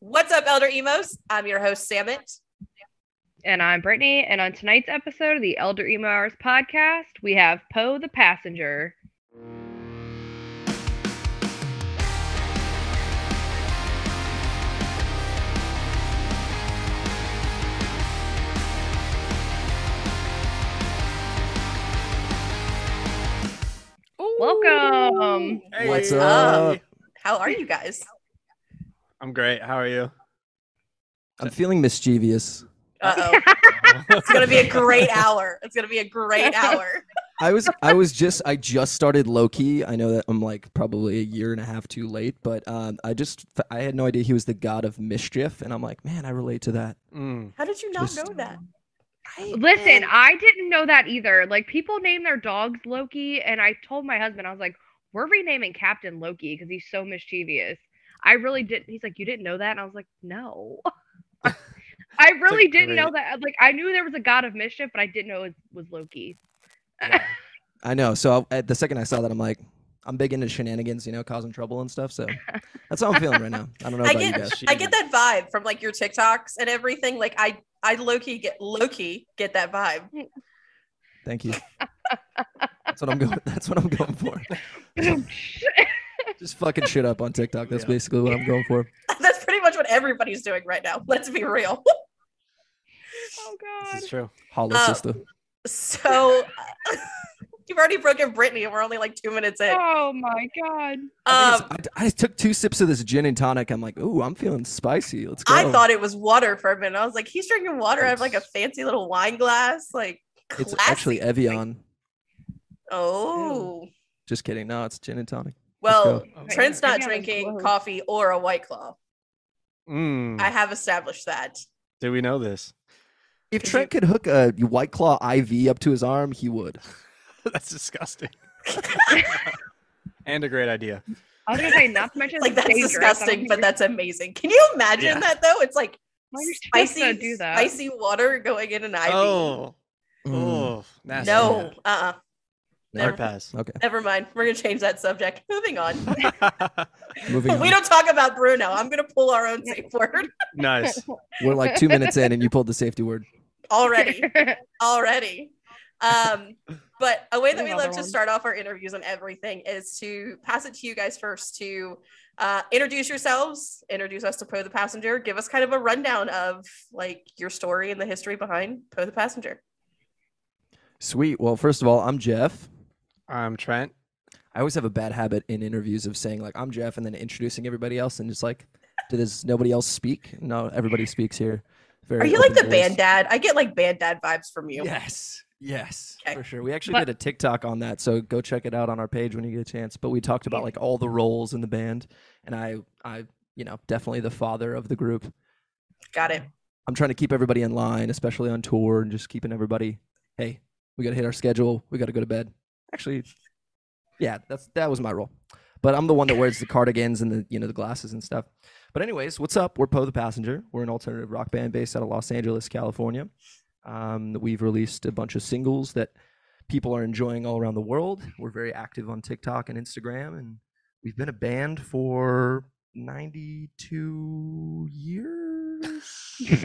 What's up, Elder Emos? I'm your host, Samit. And I'm Brittany. And on tonight's episode of the Elder Emo Hours podcast, we have Poe the Passenger. Welcome. Hey. What's up? How are you guys? I'm great. How are you? I'm feeling mischievous. Uh oh. It's going to be a great hour. It's going to be a great hour. I was I was just I just started low key. I know that I'm like probably a year and a half too late, but um, I just I had no idea he was the god of mischief, and I'm like, man, I relate to that. Mm. How did you not Just- know that? Listen, I didn't know that either. Like people name their dogs Loki, and I told my husband, I was like, "We're renaming Captain Loki because he's so mischievous." I really didn't. He's like, "You didn't know that?" And I was like, "No." I really didn't know great- that. Like I knew there was a god of mischief, but I didn't know it was Loki. Yeah. I know. So I, at the second I saw that, I'm like, I'm big into shenanigans, you know, causing trouble and stuff. So that's how I'm feeling right now. I don't know I about get- you guys. I get that vibe from like your TikToks and everything. Like I, I low key get low key get that vibe. Thank you. That's what I'm going. That's what I'm going for. Oh, Just fucking shit up on TikTok. That's Yeah. basically what I'm going for. That's pretty much what everybody's doing right now. Let's be real. oh This god. is true. Holla, Uh, sister. So you've already broken Brittany, and we're only like two minutes in. Oh my god. I, Um, think it's- I, I took two sips of this gin and tonic. I'm like, ooh, I'm feeling spicy. Let's go. I thought it was water for a minute. I was like, he's drinking water out of like a Oh. It's- fancy little wine glass. Like, classy. it's actually Evian. oh, Just kidding. No, it's gin and tonic. well, go. Oh, Trent's not Right. Yeah, it was drinking gross. coffee or a white claw. Mm. I have established that. Do we know this? If Could Trent could hook a White Claw IV up to his arm, he would. That's disgusting. and a great idea. I was gonna say not to mention Like, that's dangerous. I don't disgusting, think but that's amazing. Can you imagine Yeah. that though? It's like why you're supposed spicy, to do that. spicy water going in an IV. Oh, Mm, oh, nasty. no, uh, uh Hard never, pass. Okay. never mind. We're gonna change that subject. Moving on. Moving on. we don't talk about Bruno. I'm gonna pull our own safe word nice. We're like two minutes in, and you pulled the safety word. already. already. Um, but a way that we Another love to one. start off our interviews and everything is to pass it to you guys first to uh, introduce yourselves, introduce us to Poe the Passenger, give us kind of a rundown of like your story and the history behind Poe the Passenger. Sweet. Well, first of all, I'm Jeff. I'm Trent. I always have a bad habit in interviews of saying like I'm Jeff, and then introducing everybody else, and just like, does nobody else speak? No, everybody speaks here. Very Are you like open the voice. band dad? I get like band dad vibes from you. Yes. Yes, Okay. for sure. We actually But- did a TikTok on that, so go check it out on our page when you get a chance. But we talked about like all the roles in the band, and I, I, you know, definitely the father of the group. Got it. I'm trying to keep everybody in line, especially on tour, and just keeping everybody. Hey, we got to hit our schedule. We got to go to bed. Actually, yeah, that's that was my role, but I'm the one that wears the cardigans and the you know the glasses and stuff. But anyways, what's up? We're Poe the Passenger. We're an alternative rock band based out of Los Angeles, California. Um, we've released a bunch of singles that people are enjoying all around the world. We're very active on TikTok and Instagram, and we've been a band for 92 years.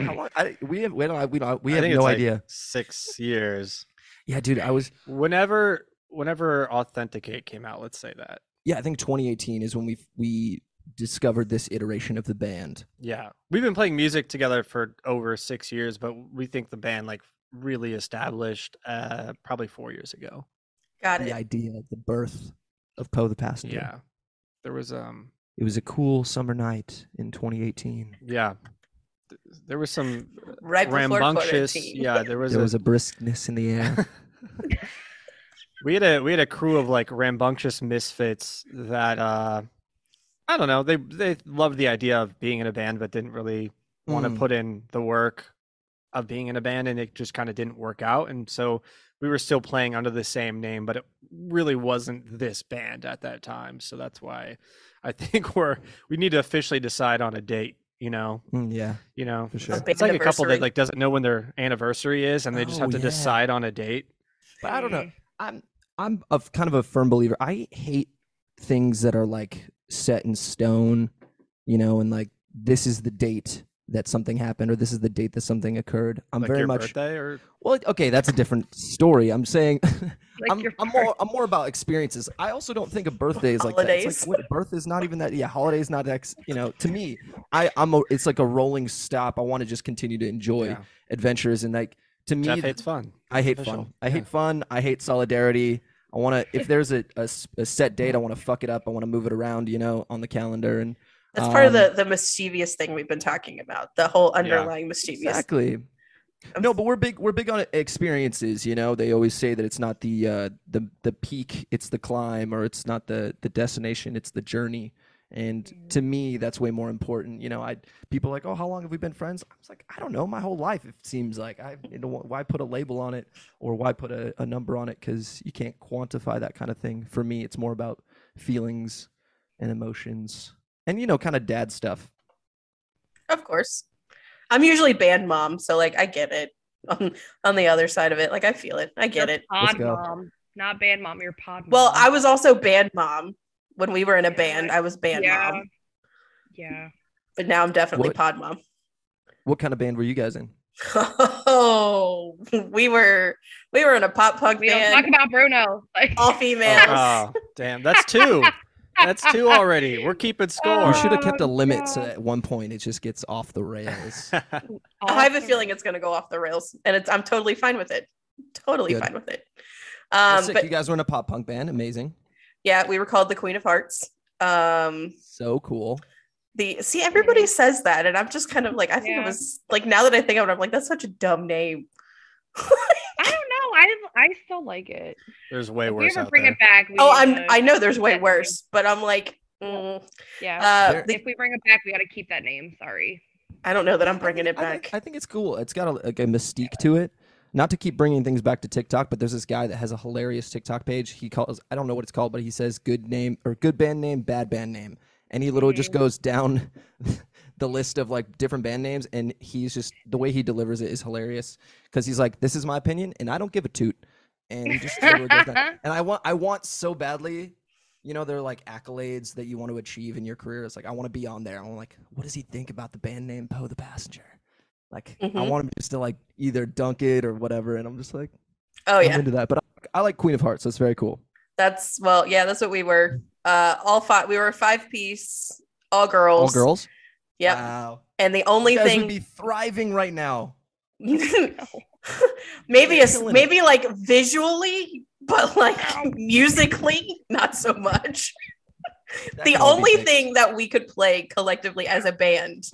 How long? I, we have we don't we don't we I have think no it's like idea. Six years. Yeah, dude, I was Whenever, whenever Authenticate came out, let's say that. yeah, I think 2018 is when we we discovered this iteration of the band. Yeah, we've been playing music together for over six years, but we think the band like really established uh probably four years ago. Got it. The idea, the birth of Poe the Passenger. Yeah, there was um It was a cool summer night in 2018. yeah, th- there was some Right before rambunctious quarantine. yeah there was, There was a, a briskness in the air. we had a we had a crew of like rambunctious misfits that uh i don't know they they loved the idea of being in a band but didn't really want to Mm. put in the work of being in a band and it just kind of didn't work out and so we were still playing under the same name but it really wasn't this band at that time so that's why i think we're we need to officially decide on a date you know Mm, yeah. you know For sure. it's like a couple that Bandiversary. like doesn't know when their anniversary is and they just Oh, have to yeah. decide on a date But I don't know. I'm I'm a f- kind of a firm believer. I hate things that are like set in stone, you know, and like this is the date that something happened or this is the date that something occurred. I'm like very your much birthday or well, okay, that's a different story. I'm saying Like I'm, your I'm more I'm more about experiences. I also don't think of birthdays like that. It's Holidays. like what, birth is not even that. Yeah, holidays not that. ex- You know, to me, I I'm a, it's like a rolling stop. I want to just continue to enjoy Yeah. adventures and like to me, Jeff th- hates fun. I hate official. fun. I Yeah. hate fun. I hate solidarity. I want to if there's a, a s- a set date, I want to fuck it up. I want to move it around. You know, on the calendar and That's part of Um, the the mischievous thing we've been talking about. The whole underlying mischievous. Exactly. No, but we're big. We're big on experiences. You know, they always say that it's not the uh, the the peak, it's the climb, or it's not the the destination, it's the journey. And to me, that's way more important. You know, I people are like, oh, how long have we been friends? I was like, I don't know, my whole life. It seems like I you know, why put a label on it or why put a, a number on it because you can't quantify that kind of thing. For me, it's more about feelings and emotions, and you know, kind of dad stuff. Of course. I'm usually band mom, so like I get it. On, on the other side of it, like I feel it. I get You're it. Let's Pod go. mom, not band mom. You're pod. Well, mom. I was also band mom when we were in a Yeah, band. I was band yeah. mom, Yeah. but now I'm definitely What- pod mom. What kind of band were you guys in? Oh, we were we were in a pop punk We band, don't talk about Bruno. Like, all females. Oh, damn, that's two. That's two already. We're keeping score. We should have kept a Oh, limit so God. that at one point it just gets off the rails. Oh. I have a feeling it's going to go off the rails, and it's I'm totally fine with it. Totally Good. fine with it. That's Um, sick. but you guys were in a pop punk band. Amazing. yeah, we were called the Queen of Hearts. Um, So cool. the see, everybody says that, and I'm just kind of like, I think it Yeah. was like now that I think of it, I'm like, that's such a dumb name. I don't know. I I still like it. There's way If we worse ever out bring there. it back. We oh, I'm gotta- I know there's way that name. worse, but I'm like, mm, Yeah. uh, There- the- if we bring it back, we got to keep that name. Sorry. I don't know that I'm bringing it I back. think, I think it's cool. It's got a, like a mystique to it. Not to keep bringing things back to TikTok, but there's this guy that has a hilarious TikTok page. He calls I don't know what it's called, but he says good name or good band name, bad band name, and he literally just Mhm. goes down the list of like different band names, and he's just the way he delivers it is hilarious because he's like, "This is my opinion, and I don't give a toot," and he just literally goes down. and I want I want so badly, you know, they're like accolades that you want to achieve in your career. It's like I want to be on there. I'm like, what does he think about the band name Poe the Passenger? Like I Mhm. want him just to like either dunk it or whatever, and I'm just like, oh I'm yeah, into that. But I, I like Queen of Hearts, so it's very cool. that's well, yeah, that's what we were. Uh, all five. We were a five piece, all girls. All girls. Yep. Wow. And the Only only guys thing would be thriving right now. maybe a, Killing it. maybe like visually, but like Ow. musically, not so much. That the can all be only fixed. thing that we could play collectively as a band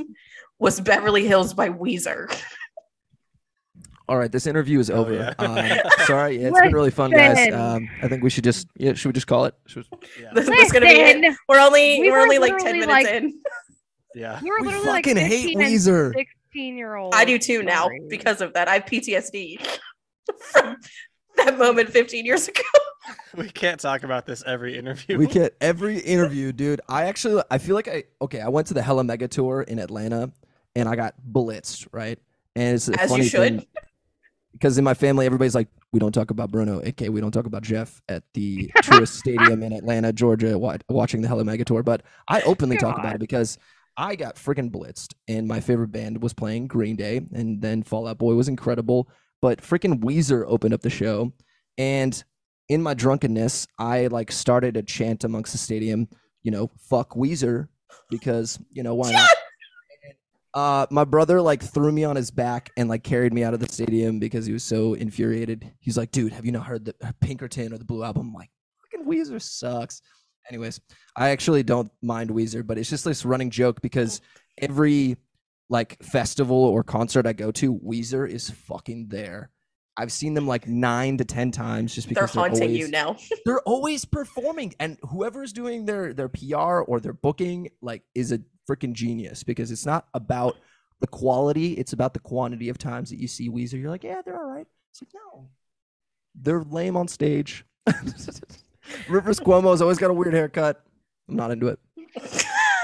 was Beverly Hills by Weezer. All right, this interview is Oh, over. yeah. Um, sorry, yeah, it's been really fun, guys. Listen. Um, I think we should just yeah, should we just call it? Should we- Yeah. This is gonna be it. Listen, We're only we we are were only like 10 literally, minutes like- in. yeah. We were We literally like fucking hate 15 and Weezer. 16 year old. I do too now because of that. I have PTSD from that moment 15 years ago. We can't talk about this every interview. We get every interview, dude. I actually, I feel like I okay. I went to the Hella Mega Tour in Atlanta, and I got blitzed, right? And it's a As you funny should. because in my family, everybody's like, we don't talk about Bruno, aka we don't talk about Jeff at the Truist Stadium in Atlanta, Georgia, wa- watching the Hella Mega Tour. But I openly talk about God. it because I got freaking blitzed, and my favorite band was playing Green Day, and then Fallout Boy was incredible, but freaking Weezer opened up the show, and in my drunkenness, I like started a chant amongst the stadium, you know, fuck Weezer, because you know why not? Uh, my brother like threw me on his back and like carried me out of the stadium because he was so infuriated. He's like, "Dude, have you not heard the uh, Pinkerton or the Blue Album?" I'm like, fucking Weezer sucks. Anyways, I actually don't mind Weezer, but it's just this running joke because every like festival or concert I go to, Weezer is fucking there. I've seen them like nine to ten times just They're because they're haunting you always- now. they're always performing and whoever's doing their their pr or their booking like is a freaking genius because it's not about the quality it's about the quantity of times that you see weezer you're like yeah they're all right it's like no they're lame on stage rivers cuomo's always got a weird haircut i'm not into it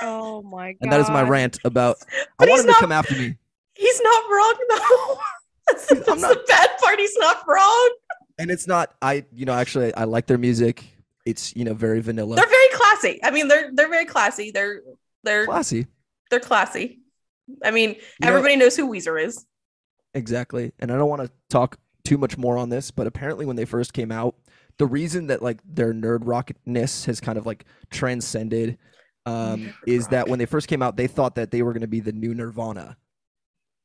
Oh my god. and that is my rant about i But want he's him to not- come after me He's not wrong though. That's, the- I'm that's the bad part. He's not wrong. and it's not i you know actually i like their music it's you know very vanilla They're very classy. I mean, they're they're very classy. They're they're classy They're classy. I mean, know- everybody knows who Weezer is. Exactly. And I don't want to talk too much more on this, but apparently when they first came out, the reason that like their nerd rockness has kind of like transcended um, is that when they first came out, they thought that they were going to be the new Nirvana.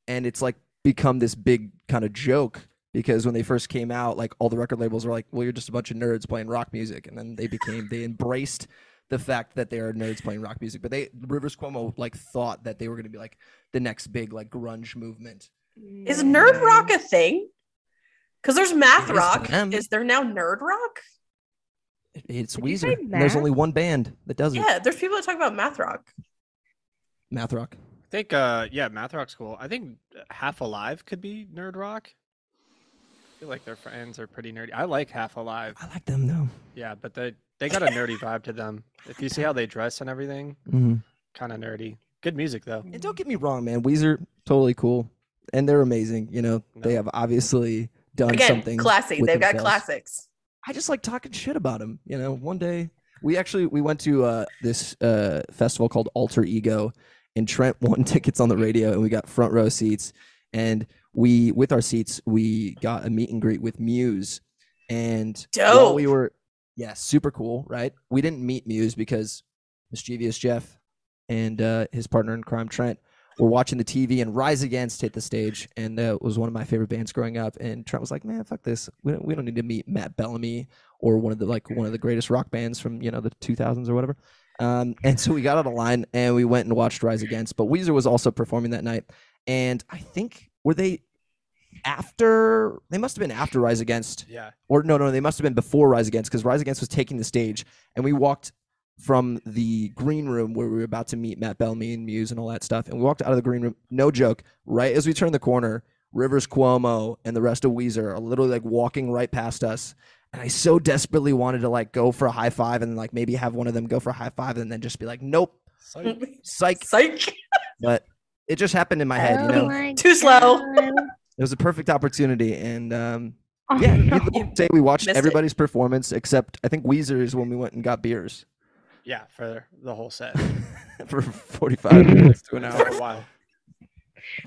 And it's like become this big kind of joke because when they first came out, like all the record labels were like, well, you're just a bunch of nerds playing rock music. And then they became, they embraced the fact that they are nerds playing rock music. But they, Rivers Cuomo like thought that they were going to be like the next big like grunge movement. Is nerd rock a thing? Because there's math It is rock. to them. Is there now nerd rock? It- It's Did you say Weezer. and there's only math? one band that does it. Yeah, there's people that talk about math rock. Math Rock. I think uh yeah, math rock's cool. I think uh, Half Alive could be nerd rock. I feel like their friends are pretty nerdy. I like Half Alive. I like them though. Yeah, but they they got a nerdy vibe to them. If you see how they dress and everything, Mm-hmm. kind of nerdy. Good music though. Mm. And don't get me wrong, man. Weezer totally cool, and they're amazing. You know, they No. have obviously done Again, something. classy. with They've got themselves. classics. I just like talking shit about him. You know, one day we actually we went to uh, this uh, festival called Alter Ego, and Trent won tickets on the radio, and we got front row seats. And we, with our seats, we got a meet and greet with Muse. And while we Dope. were, yeah, super cool, right? We didn't meet Muse because mischievous Jeff and uh, his partner in crime Trent were watching the TV and Rise Against hit the stage, and uh, was one of my favorite bands growing up. And Trent was like, "Man, fuck this. We don't, we don't need to meet Matt Bellamy or one of the like one of the greatest rock bands from you know the 2000s or whatever." Um, and so we got out of line and we went and watched Rise Against. But Weezer was also performing that night, and I think were they after they must have been after Rise Against Yeah. or no, no, they must have been before Rise Against because Rise Against was taking the stage, and we walked from the green room where we were about to meet Matt Bellamy and Muse and all that stuff, and we walked out of the green room. No joke, right as we turned the corner, Rivers Cuomo and the rest of Weezer are literally like walking right past us, and I so desperately wanted to like go for a high five and like maybe have one of them go for a high five and then just be like, nope, So psych, Psych. but it just happened in my head, you know. Too slow. It was a perfect opportunity, and um, Oh, yeah, no. needless to say we watched missed it. everybody's performance except I think Weezer's when we went and got beers yeah, for the whole set. for 45 minutes to an Now hour. a while.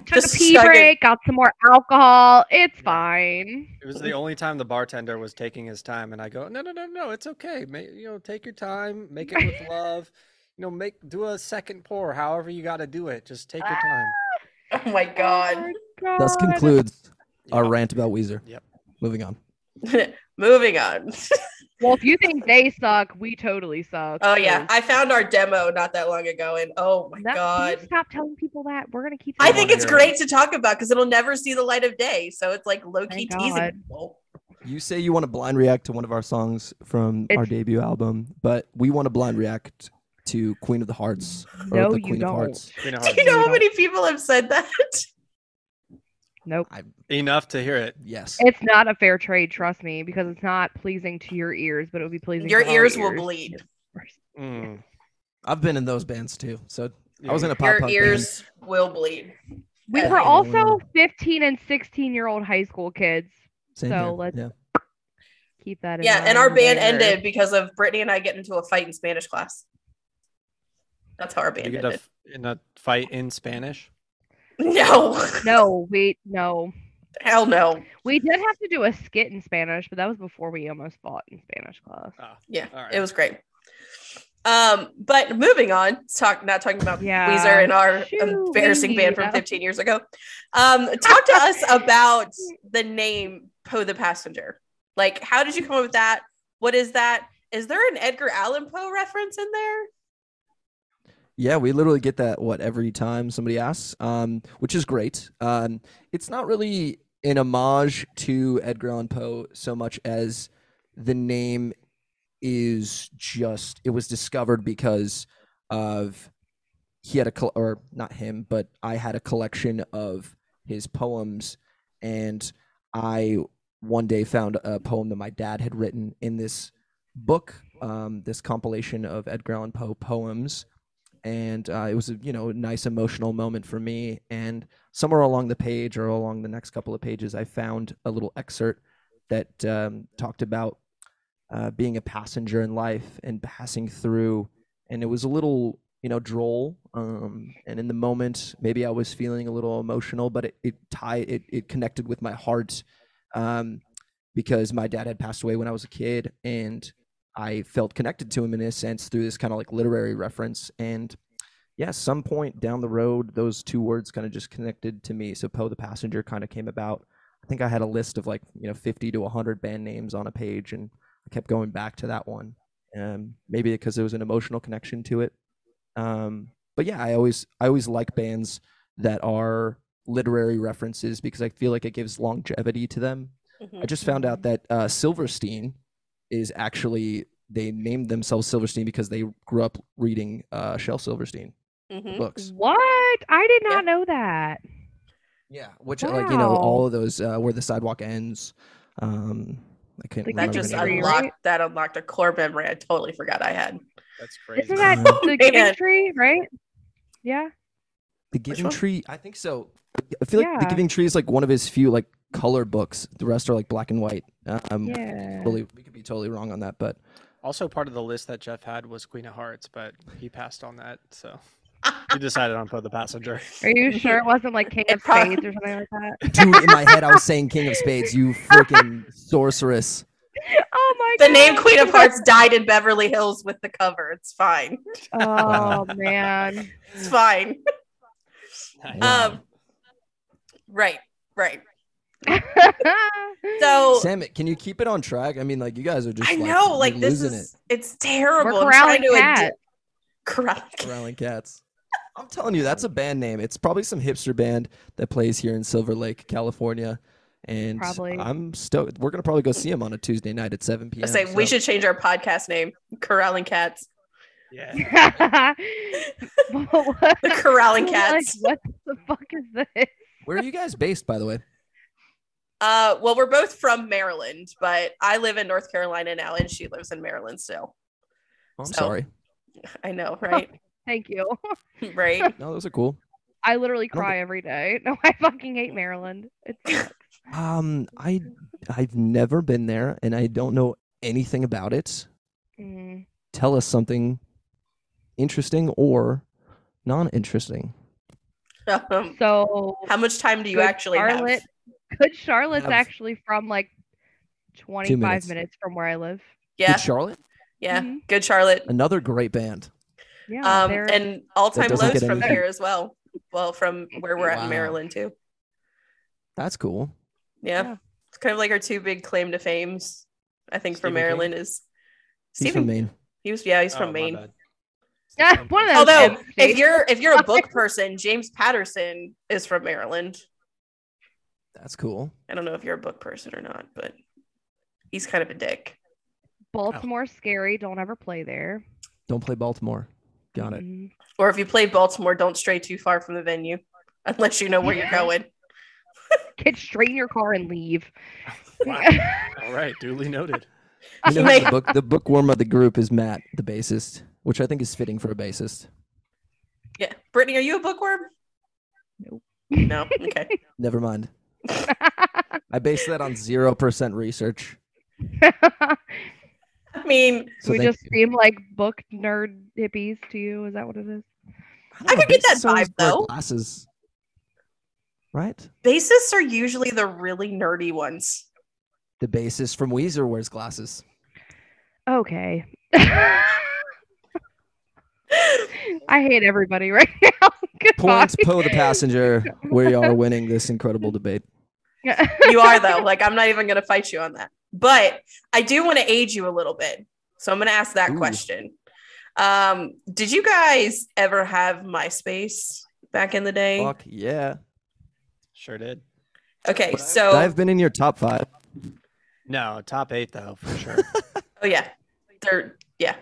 Took a Just pee suck it. break, got some more alcohol. It's fine. It was the only time the bartender was taking his time, and I go, no, no, no, no, it's okay. Make, you know, take your time, make it with love. You know, make do a second pour, however you got to do it. Just take your time. Oh my Oh god. my God. Thus concludes our Yep. rant about Weezer. Yep. Moving on. Moving on. Well, if you think they suck, we totally suck. Oh yeah, so- I found our demo not that long ago, and oh my That- can you god. stop telling people that. We're gonna keep. I saying think it. it's great to talk about because it'll never see the light of day. So it's like low key Thank teasing God. people. You say you want to blind react to one of our songs from our It's- debut album, but we want to blind react to Queen of the Hearts or No, the you Queen of don't. Hearts. You know, Do you know how many people have said that? Nope. enough to hear it. Yes. It's not a fair trade, trust me, because it's not pleasing to your ears, but it'll be pleasing. Your to our ears will ears. bleed. Mm. I've been in those bands too. So I Yeah. was in a pop Your punk band. ears will bleed. We Yeah. were Yeah. also 15 and 16 year old high school kids. Same so here. let's- yeah. Keep that in Yeah, mind. and our band there. ended because of Brittany and I getting into a fight in Spanish class. That's how our You band get a, ended. f- in a fight in Spanish. No, No, we no. hell no. We did have to do a skit in Spanish, but that was before we almost fought in Spanish class. Yeah, All right. it was great. Um, but moving on, let's talk not talking about Yeah. Weezer and our embarrassing band from Shoo-wee, that- 15 years ago. Um, talk to us about the name Poe the Passenger. Like, how did you come up with that? What is that? Is there an Edgar Allan Poe reference in there? Yeah, we literally get that what every time somebody asks, um, which is great. Um, it's not really an homage to Edgar Allan Poe so much as the name is just it was discovered because of he had a col- or not him, but I had a collection of his poems, and I one day found a poem that my dad had written in this book, um, this compilation of Edgar Allan Poe poems and uh, it was a you know a nice emotional moment for me and somewhere along the page or along the next couple of pages i found a little excerpt that um, talked about uh, being a passenger in life and passing through and it was a little you know, droll. Um, and in the moment, maybe I was feeling a little emotional, but it, it tied, it, it connected with my heart um, because my dad had passed away when I was a kid and I felt connected to him in a sense through this kind of like literary reference. And yeah, some point down the road, those two words kind of just connected to me. So Poe the Passenger kind of came about. I think I had a list of like, you know, 50 to 100 band names on a page and I kept going back to that one. Um, maybe because there was an emotional connection to it um but yeah i always i always like bands that are literary references because i feel like it gives longevity to them i just found out that uh silverstein is actually they named themselves silverstein because they grew up reading uh shel silverstein Mhm. books What? I did not Yeah. know that. yeah which uh, like you know Wow. all of those uh where the sidewalk ends um i can't Like That remember just the name of unlocked- unlocked that unlocked a core memory I totally forgot I had. That's crazy. Isn't that Uh-huh. the Man. giving tree, right? Yeah. The Giving one? Tree, I think so. I feel like The Yeah. Giving Tree is like one of his few like color books. The rest are like black and white. Um, Mm. Yeah. totally, we could be totally wrong on that, but Also, part of the list that Jeff had was Queen of Hearts, but he passed on that. So you decided on Poe the Passenger. Are you sure it wasn't like King of prob- Spades or something like that? dude, in my head, I was saying King of Spades. You freaking sorceress! Oh my The god. name Queen of Hearts died in Beverly Hills with the cover. It's fine. Oh man. It's fine. Wow. Um, right, right. So Sam, can you keep it on track? I mean, like you guys are just I like, know, like you're this losing is it, it's terrible. We're I'm trying corralling to ad- cats. corral- growling cats. I'm telling you, that's a band name. It's probably some hipster band that plays here in Silver Lake, California. And Probably. I'm stoked. We're gonna probably go see him on a Tuesday night at 7 p.m. I say we so- should change our podcast name, Corralling Cats. Yeah. What- The Corralling like, Cats. what the fuck is this? Where are you guys based, by the way? Uh, well, we're both from Maryland, but I live in North Carolina now, and she lives in Maryland still. Oh, I'm So- sorry. I know, right? Thank you. right? No, those are cool. I literally I don't cry every day. No, I fucking hate Maryland. It's Um, I I've never been there, and I don't know anything about it. mm. Tell us something interesting or non-interesting. Um, so how much time do you Good actually Charlotte. good Charlotte's Have- actually from like 25 minutes. minutes. from where I live. Good have? Yeah, Charlotte, yeah. Mhm. Good Charlotte. another great band. Yeah. Um, they're- and all time doesn't lows get from anything. here as well. Well, from where we're at Wow. in Maryland too. That's cool. Yeah. Yeah. It's kind of like our two big claim to fames, I think, Stephen from King? Maryland is He's Stephen. from Maine. He was yeah, he's Oh, from my Maine. bad. It's the Yeah, same one of those place. Although kids, if Steve. you're if you're a book person, James Patterson is from Maryland. That's cool. I don't know if you're a book person or not, but he's kind of a dick. Baltimore's scary. Don't ever play there. Don't play Baltimore. Got it. Mhm. Or if you play Baltimore, don't stray too far from the venue unless you know where you're going. Get straight in your car and leave. Oh, Wow. All right. Duly noted. You know, Like- the book the bookworm of the group is Matt, the bassist, which I think is fitting for a bassist. Yeah. Brittany, are you a bookworm? Nope. No. Okay. Never mind. I based that on zero percent research. I mean, So we thank just you. seem like book nerd hippies to you. Is that what it is? I could get that bassists always vibe, wear though. Glasses, right? bassists are usually the really nerdy ones. The bassist from Weezer wears glasses. Okay. I hate everybody right now. Goodbye. Points Poe the passenger. We are winning this incredible debate. you are though. Like I'm not even going to fight you on that. But I do want to aid you a little bit. So I'm going to ask that Ooh. question. Um, did you guys ever have MySpace back in the day? Fuck yeah! Sure did. Okay, But I- so I've been in your top five. No, top eight though for sure. oh yeah, they're yeah.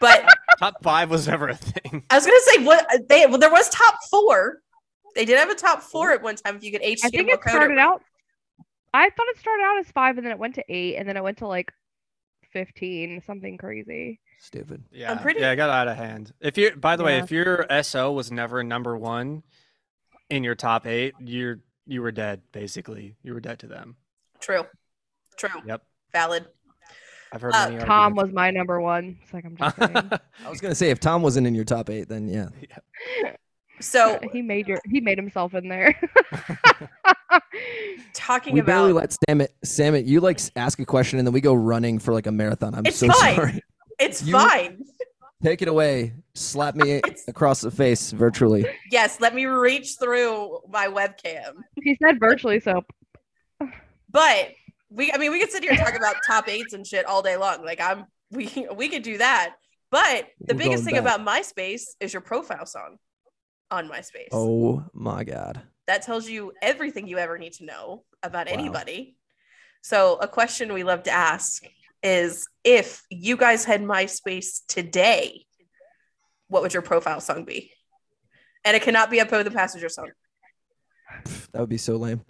But top five was never a thing. I was going to say what they well there was top four. They did have a top four at one time. If you could HTML I think it code started out. I thought it started out as five, and then it went to eight, and then it went to like fifteen, something crazy. Stupid. Yeah, pretty- yeah, it got out of hand. If you, by the way, Yeah. if your SO was never number one in your top eight, you're you were dead basically. You were dead to them. True, true, Yep. valid. I've heard Uh, many Tom arguments. was my number one. It's like I'm just saying. I was gonna say if Tom wasn't in your top eight, then yeah. So he made your he made himself in there. talking We about barely let Sam it. Sam it. You like s- ask a question and then we go running for like a marathon. I'm It's so fine. sorry. it's you- fine. Take it away. Slap me It's- across the face virtually. Yes, let me reach through my webcam. he said virtually so. But we I mean we could sit here and talk about top eights and shit all day long. Like I'm we we could do that. But the We're biggest going thing back. about MySpace is your profile song on MySpace. Oh my god. that tells you everything you ever need to know about Wow. anybody. So, a question we love to ask is if you guys had MySpace today, what would your profile song be? And it cannot be a Poe the Passenger song. Pff, That would be so lame.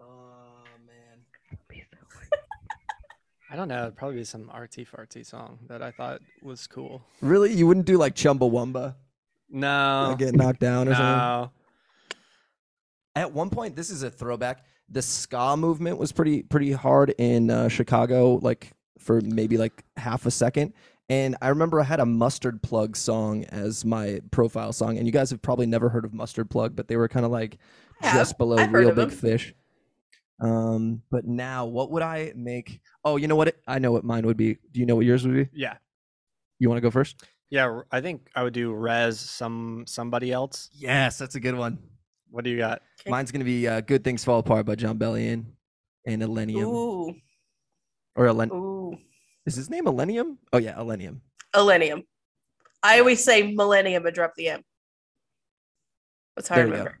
Oh man. I don't know. It'd probably be some artsy fartsy song that I thought was cool. Really? You wouldn't do like Chumbawamba? No, Like, get knocked down or something? no. At one point, this is a throwback. The ska movement was pretty pretty hard in uh, Chicago, like for maybe like half a second. And I remember I had a mustard plug song as my profile song. And you guys have probably never heard of mustard plug, but they were kind of like I have. just below I've heard real of big them. fish. Um, but now what would I make? Oh, you know what? It, I know what mine would be. Do you know what yours would be? Yeah, You want to go first? yeah. r- I think I would do Rez some somebody else. Yes, that's a good one. What do you got? Okay. Mine's gonna be uh, "Good Things Fall Apart" by John Bellion and Elenium Ooh, or Elen. ooh. Is his name Elenium? Oh yeah, Elenium. Millennium. I always say Millennium and drop the M. That's how There I you go. remember.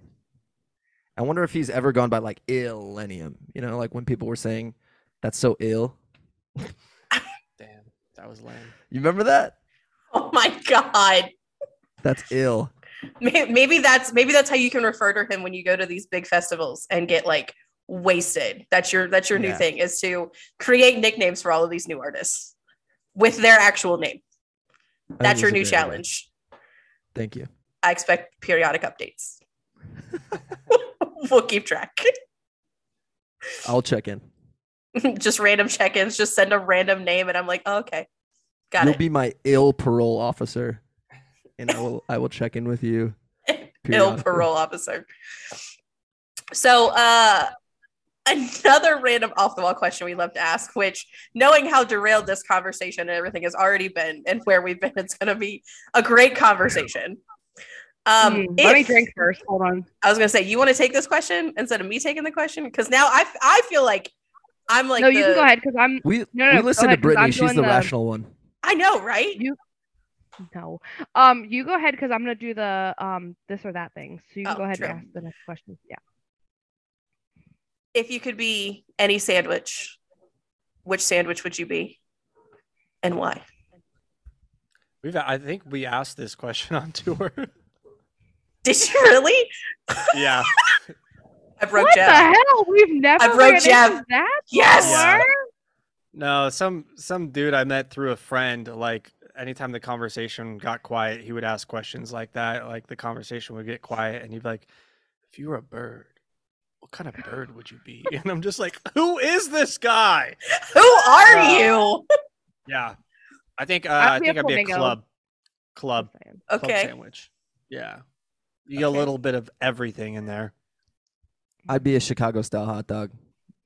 I wonder if he's ever gone by like Illenium. You know, like when people were saying that's so ill. Damn, that was lame. You remember that? Oh my God. That's ill. May- Maybe that's maybe that's how you can refer to him when you go to these big festivals and get like wasted. That's your that's your new Yeah. thing is to create nicknames for all of these new artists with their actual name. I think That's your it's a new great idea. challenge. Thank you. I expect periodic updates. we'll keep track. I'll check in. just random check-ins. Just send a random name, and I'm like, oh, okay, got You'll it. be my ill parole officer, and I will. I will check in with you. ill periodically. parole officer. So, uh, another random off the wall question we love to ask, which knowing how derailed this conversation and everything has already been and where we've been, it's going to be a great conversation. Um, Hmm, let me if- drink first. Hold on. I was going to say, you want to take this question instead of me taking the question? Because now I, f- I feel like I'm like, no, you the- can go ahead because I'm We No, no, we go listen ahead, to 'cause I'm Brittany. She's doing the, the- rational one. I know, right? You- no. Um, you go ahead because I'm gonna do the um this or that thing. So you can Oh, go ahead true. and ask the next question. Yeah. If you could be any sandwich, which sandwich would you be and why? We've I think we asked this question on tour. Did you really? yeah, I broke what Jeff. the hell? We've never I wrote ran into Jeff. that Yes. Yeah. before? no, some some dude I met through a friend. Like anytime the conversation got quiet, he would ask questions like that. Like the conversation would get quiet, and he'd be like, "If you were a bird." What kind of bird would you be? And I'm just like, who is this guy? Who are Yeah. you? Yeah, I think uh, I'd I be a think I'd be a flamingo. club, Uh, club, Just saying. club Okay. sandwich. Yeah, you get a Okay. little bit of everything in there. I'd be a Chicago style hot dog.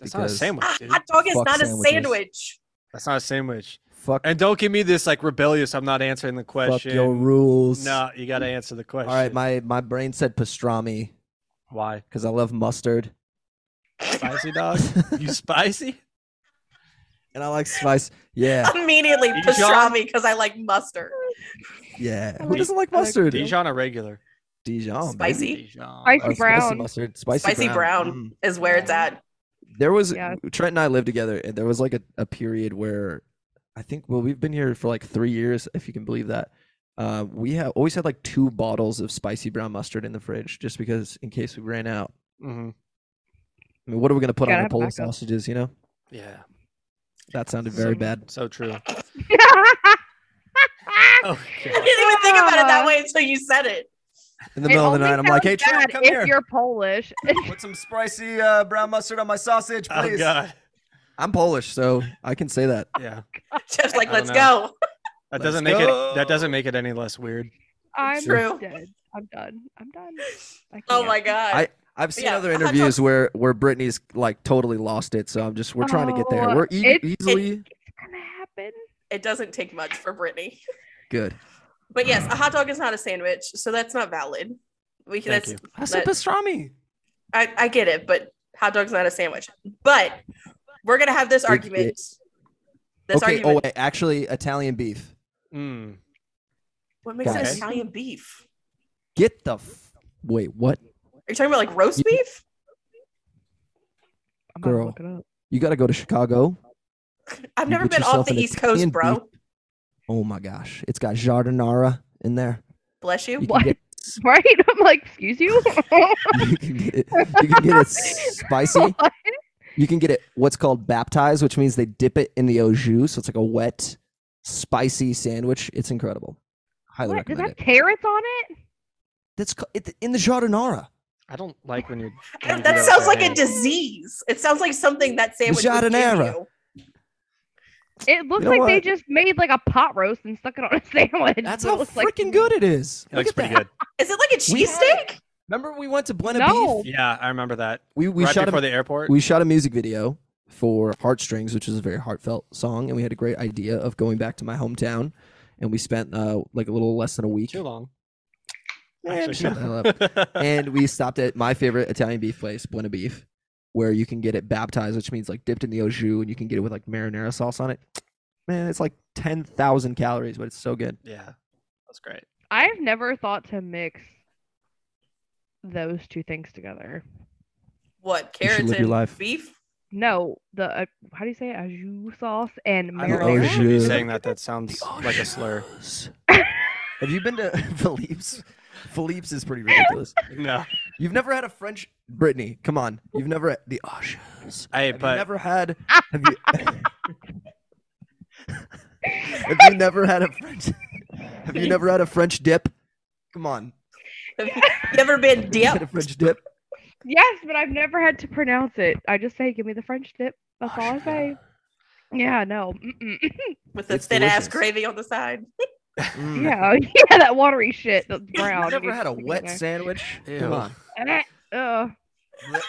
That's not a Because- sandwich, Ah, dude. hot dog is Fuck not a sandwiches. sandwich. That's not a sandwich. Fuck, And don't give me this like rebellious. I'm not answering the fuck question. your rules. No, you got to answer the All question. right, my my brain said pastrami why because I love mustard. spicy dog? You spicy? and I like spice. Yeah, Immediately Dijon? pastrami because I like mustard. yeah. I Who like- doesn't like I like mustard? Dijon or regular? Dijon, baby. Spicy. Dijon. Spicy Or brown. mustard, spicy, Spicy brown. Mm-hmm. Mm. Is where it's at. There was Yeah. Trent and I lived together, and there was like a, a period where I think well we've been here for like three years, if you can believe that. Uh, we have always had like two bottles of spicy brown mustard in the fridge, just because in case we ran out. hmm I mean, what are we gonna put Gotta on the have Polish backup. sausages? You know, Yeah, that sounded very So- bad. so true. Oh, I didn't even think about it that way until you said it. In the middle of the only night, I'm like, "Hey, sounds Trent, bad come if here. you're Polish. Put some spicy uh, brown mustard on my sausage, oh please." God. I'm Polish, so I can say that. Yeah, Just like, I let's don't go. that Let's doesn't make it. That go. doesn't make it any less weird. I'm True. dead. I'm done. I'm done. I Oh can't. my god. I- I've seen Yeah, other I thought- interviews where where Britney's like totally lost it. So I'm just we're trying to get there. Oh, We're e- it's- easily It's gonna happen. it doesn't take much for Brittany. good. But yes, a hot dog is not a sandwich, so that's not valid. We can Thank that's, I said said pastrami. I, I get it, but hot dog's not a sandwich. But we're gonna have this Big argument. This okay. argument. Oh, wait, actually, Italian beef. Mm. what makes it guys. Italian beef? Get the f- wait. What? Are you talking about like roast Yeah. beef? I'm gonna Girl. look it up. You got to go to Chicago. I've You never get been off yourself the an East Coast, Italian bro. beef. Oh my gosh, it's got jardinara in there. Bless you. You What? can get Right? I'm like, excuse you. you can get it, you can get it spicy. What? You can get it what's called baptized, which means they dip it in the au jus, so it's like a wet, spicy sandwich. It's incredible. Highly What? Does recommend that it. have carrots on it? That's ca- it, in the jardinara. I don't like when you're. I when don't- you that do sounds with like your a hand. disease. It sounds like something that sandwich would give Jardinera. you. It looks know like they what? just made like a pot roast and stuck it on a sandwich. That's what it how looks like to freaking me. good it is. It Look looks at pretty that. good. Is it like a We had- cheesesteak? Remember we went to Buena No. Beef? Yeah, I remember that. We we right shot before a, the airport. we shot a music video for Heartstrings, which is a very heartfelt song, and we had a great idea of going back to my hometown, and we spent uh, like a little less than a week. Too long. Man, Actually, shut the hell up. no. and we stopped at my favorite Italian beef place, Buena Beef, where you can get it baptized, which means like dipped in the au jus, and you can get it with like marinara sauce on it. Man, it's like ten thousand calories, but it's so good. yeah, that's great. I've never thought to mix those two things together. What You should carrots live your and life. beef? No, the uh, how do you say it? Ajou sauce and I don't know you if should marinara. be you- saying that. That sounds like a slur. Have you been to Philippe's? Philippe's is pretty ridiculous. No, You've never had a French Brittany. Come on, you've never had the au jus. I Have but you never had? Have you? have you never had a French? Have you never had a French dip? Come on, Have you ever been Have you had dipped? a French dip. Yes, but I've never had to pronounce it. I just say, "Give me the French dip." That's all I Ajou. say. Yeah, no. mm-mm. with the It's thin ass delicious. gravy on the side. Mm. yeah, yeah, that watery shit that's brown. You've never needs had a to be in wet there. sandwich? Ew. Come on. Eh, uh, I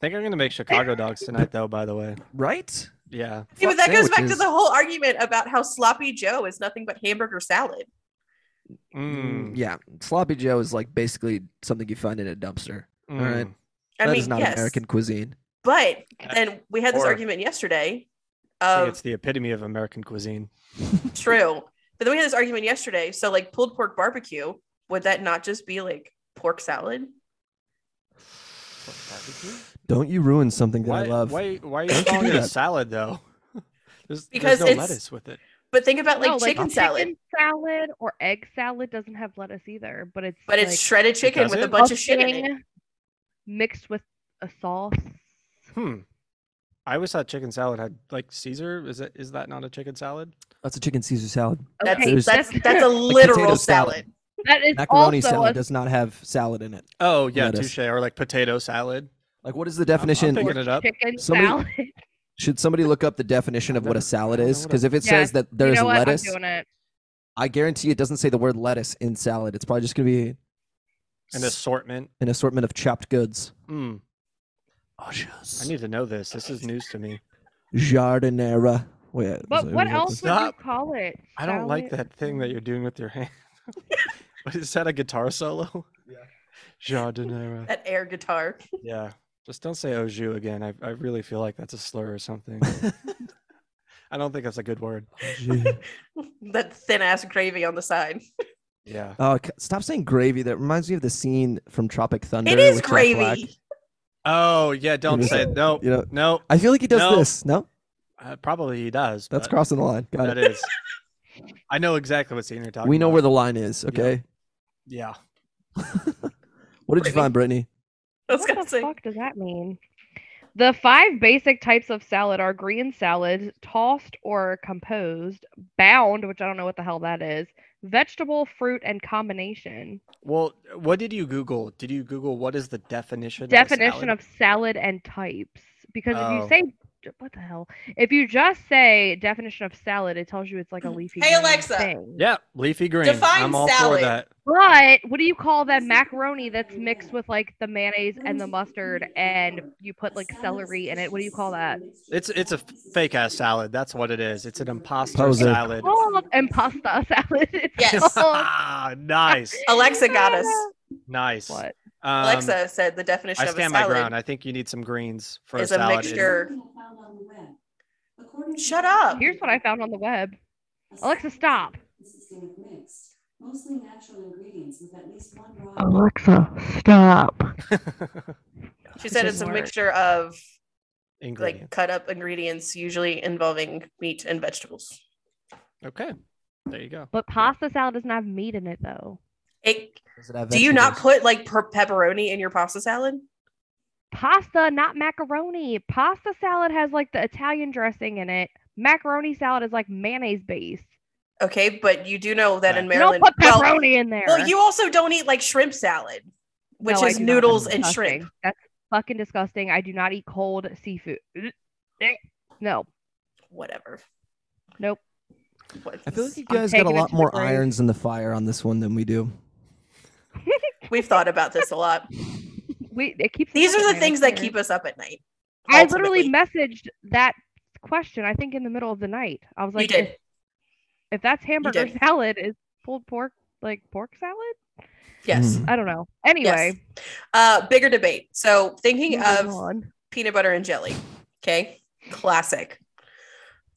think I'm gonna make Chicago dogs tonight, though. By the way, Right? yeah, Yeah, but that goes back to sandwiches. the whole argument about how sloppy Joe is nothing but hamburger salad. Mm, Yeah. Sloppy Joe is like basically something you find in a dumpster. mm. right. I That is mean, not yes, American cuisine. but and we had this Or- argument yesterday. I think Of it's the epitome of American cuisine. true, but then we had this argument yesterday. So like pulled pork barbecue, would that not just be like pork salad? Don't you ruin something that Why, I love. why? Why are you Don't you calling do it a that. salad though? There's, Because there's no it's- lettuce with it. But think about like no, chicken chicken salad, salad or egg salad doesn't have lettuce either, but it's but it's like, shredded chicken with a doesn't? bunch of shit in it. dressing mixed with a sauce. Hmm. I always thought chicken salad had like Caesar. Is that is that not a chicken salad? That's a chicken Caesar salad. That's Okay, that's that's a potato literal salad. salad. that is Macaroni also salad a, does not have salad in it. Oh yeah, Lettuce. touche. Or like potato salad. Like, what is the I'm- I'm definition? picking it up. chicken Somebody- salad. You Should somebody look up the definition I've of what a never- salad I don't is? know what Because if it Yeah, says that there's know what? lettuce, I'm doing it. I guarantee it doesn't say the word lettuce in salad. It's probably just going to be An s- assortment. an assortment of chopped goods. Mm, Oh, yes. I need to know this. This is news to me. jardinera. Wait, But was it- what was it- else would you Stop. call it? I don't like Salad? that thing that you're doing with your hand. what is that? A guitar solo? Yeah. Jardinera. That air guitar. yeah. Just don't say au jus again. I, I really feel like that's a slur or something. I don't think that's a good word. that thin ass gravy on the side. Yeah. Oh, c- stop saying gravy. That reminds me of the scene from Tropic Thunder. it is with Jack gravy. Black. Oh yeah. Don't just say said- no. You know, No. I feel like he does No. this. No, Uh, probably he does. that's but crossing the line. Got That it. is. I know exactly what scene you're talking. We know about. where the line is. Okay. Yeah. What did Brittany. you find, Brittany? I was What gonna the say. fuck does that mean? The five basic types of salad are green salad, tossed or composed, bound, which I don't know what the hell that is, vegetable, fruit, and combination. Well, what did you Google? Did you Google what is the definition? Definition of, of salad and types. Because if Oh. you say ju- what the hell? If you just say definition of salad, it tells you it's like a leafy. Mm. Hey, green Alexa. thing. Yeah, leafy green. Define I'm all salad. for that. But what do you call that macaroni that's mixed with like the mayonnaise and the mustard, and you put like celery in it? What do you call that? It's it's a fake ass salad. That's what it is. It's an imposter Poser. salad. Oh, and pasta salad. It's Yes. called- Ah, nice, Alexa got us. nice. What? Um, Alexa said the definition I of a stand my salad ground. I think you need some greens for is a a salad. mixture. Shut up. Here's what I found on the web. Alexa, stop. Oh, Alexa, stop. She said This it's a work. mixture of like Ingredient. cut up ingredients, usually involving meat and vegetables. okay, there you go. But pasta salad doesn't have meat in it though. It, Does it have do you not vegetables? put like per- pepperoni in your pasta salad? Pasta, not macaroni. Pasta salad has like the Italian dressing in it. Macaroni salad is like mayonnaise based. Okay, but you do know that in You You don't Maryland. put well- pepperoni in there. Well, you also don't eat like shrimp salad, No, which I is do not. noodles That's and disgusting. shrimp. That's fucking disgusting. I do not eat cold seafood. No. Whatever. Nope. What- I feel like you I'm guys got a taking it lot to the more grave. irons in the fire on this one than we do. We've thought about this a lot. We it keeps us These up at are the night, I things that swear. keep us up at night. I ultimately. literally messaged that question, I think in the middle of the night. I was like, you if, did. if that's hamburger did. salad, is pulled pork like pork salad? Mm-hmm. Yes. I don't know. Anyway, Uh, bigger debate. So thinking moving of on. peanut butter and jelly. Okay. Classic.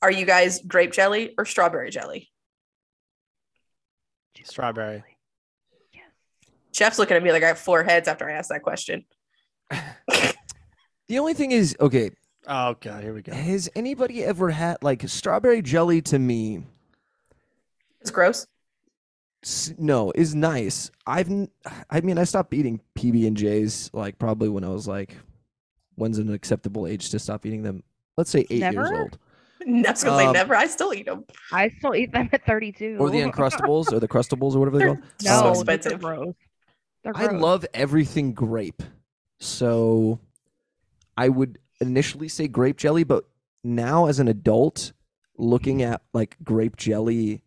Are you guys grape jelly or strawberry jelly? Strawberry. Yes. Jeff's looking at me like I have four heads after I asked that question. The only thing is, okay, Oh god, here we go. has anybody ever had like strawberry jelly? To me, It's gross. s- no, is nice. I've, n- I mean, I stopped eating PB and J's like probably when I was like, when's an acceptable age to stop eating them? Let's say eight years Never? old, I was gonna say Um, never. I still eat them. I still eat them at 32. or the Uncrustables, or the Crustables, or whatever they're They're called. so no, Um, they're expensive. gross. They're I gross. love everything grape. So I would initially say grape jelly, but now as an adult, looking Mm-hmm. at like grape jelly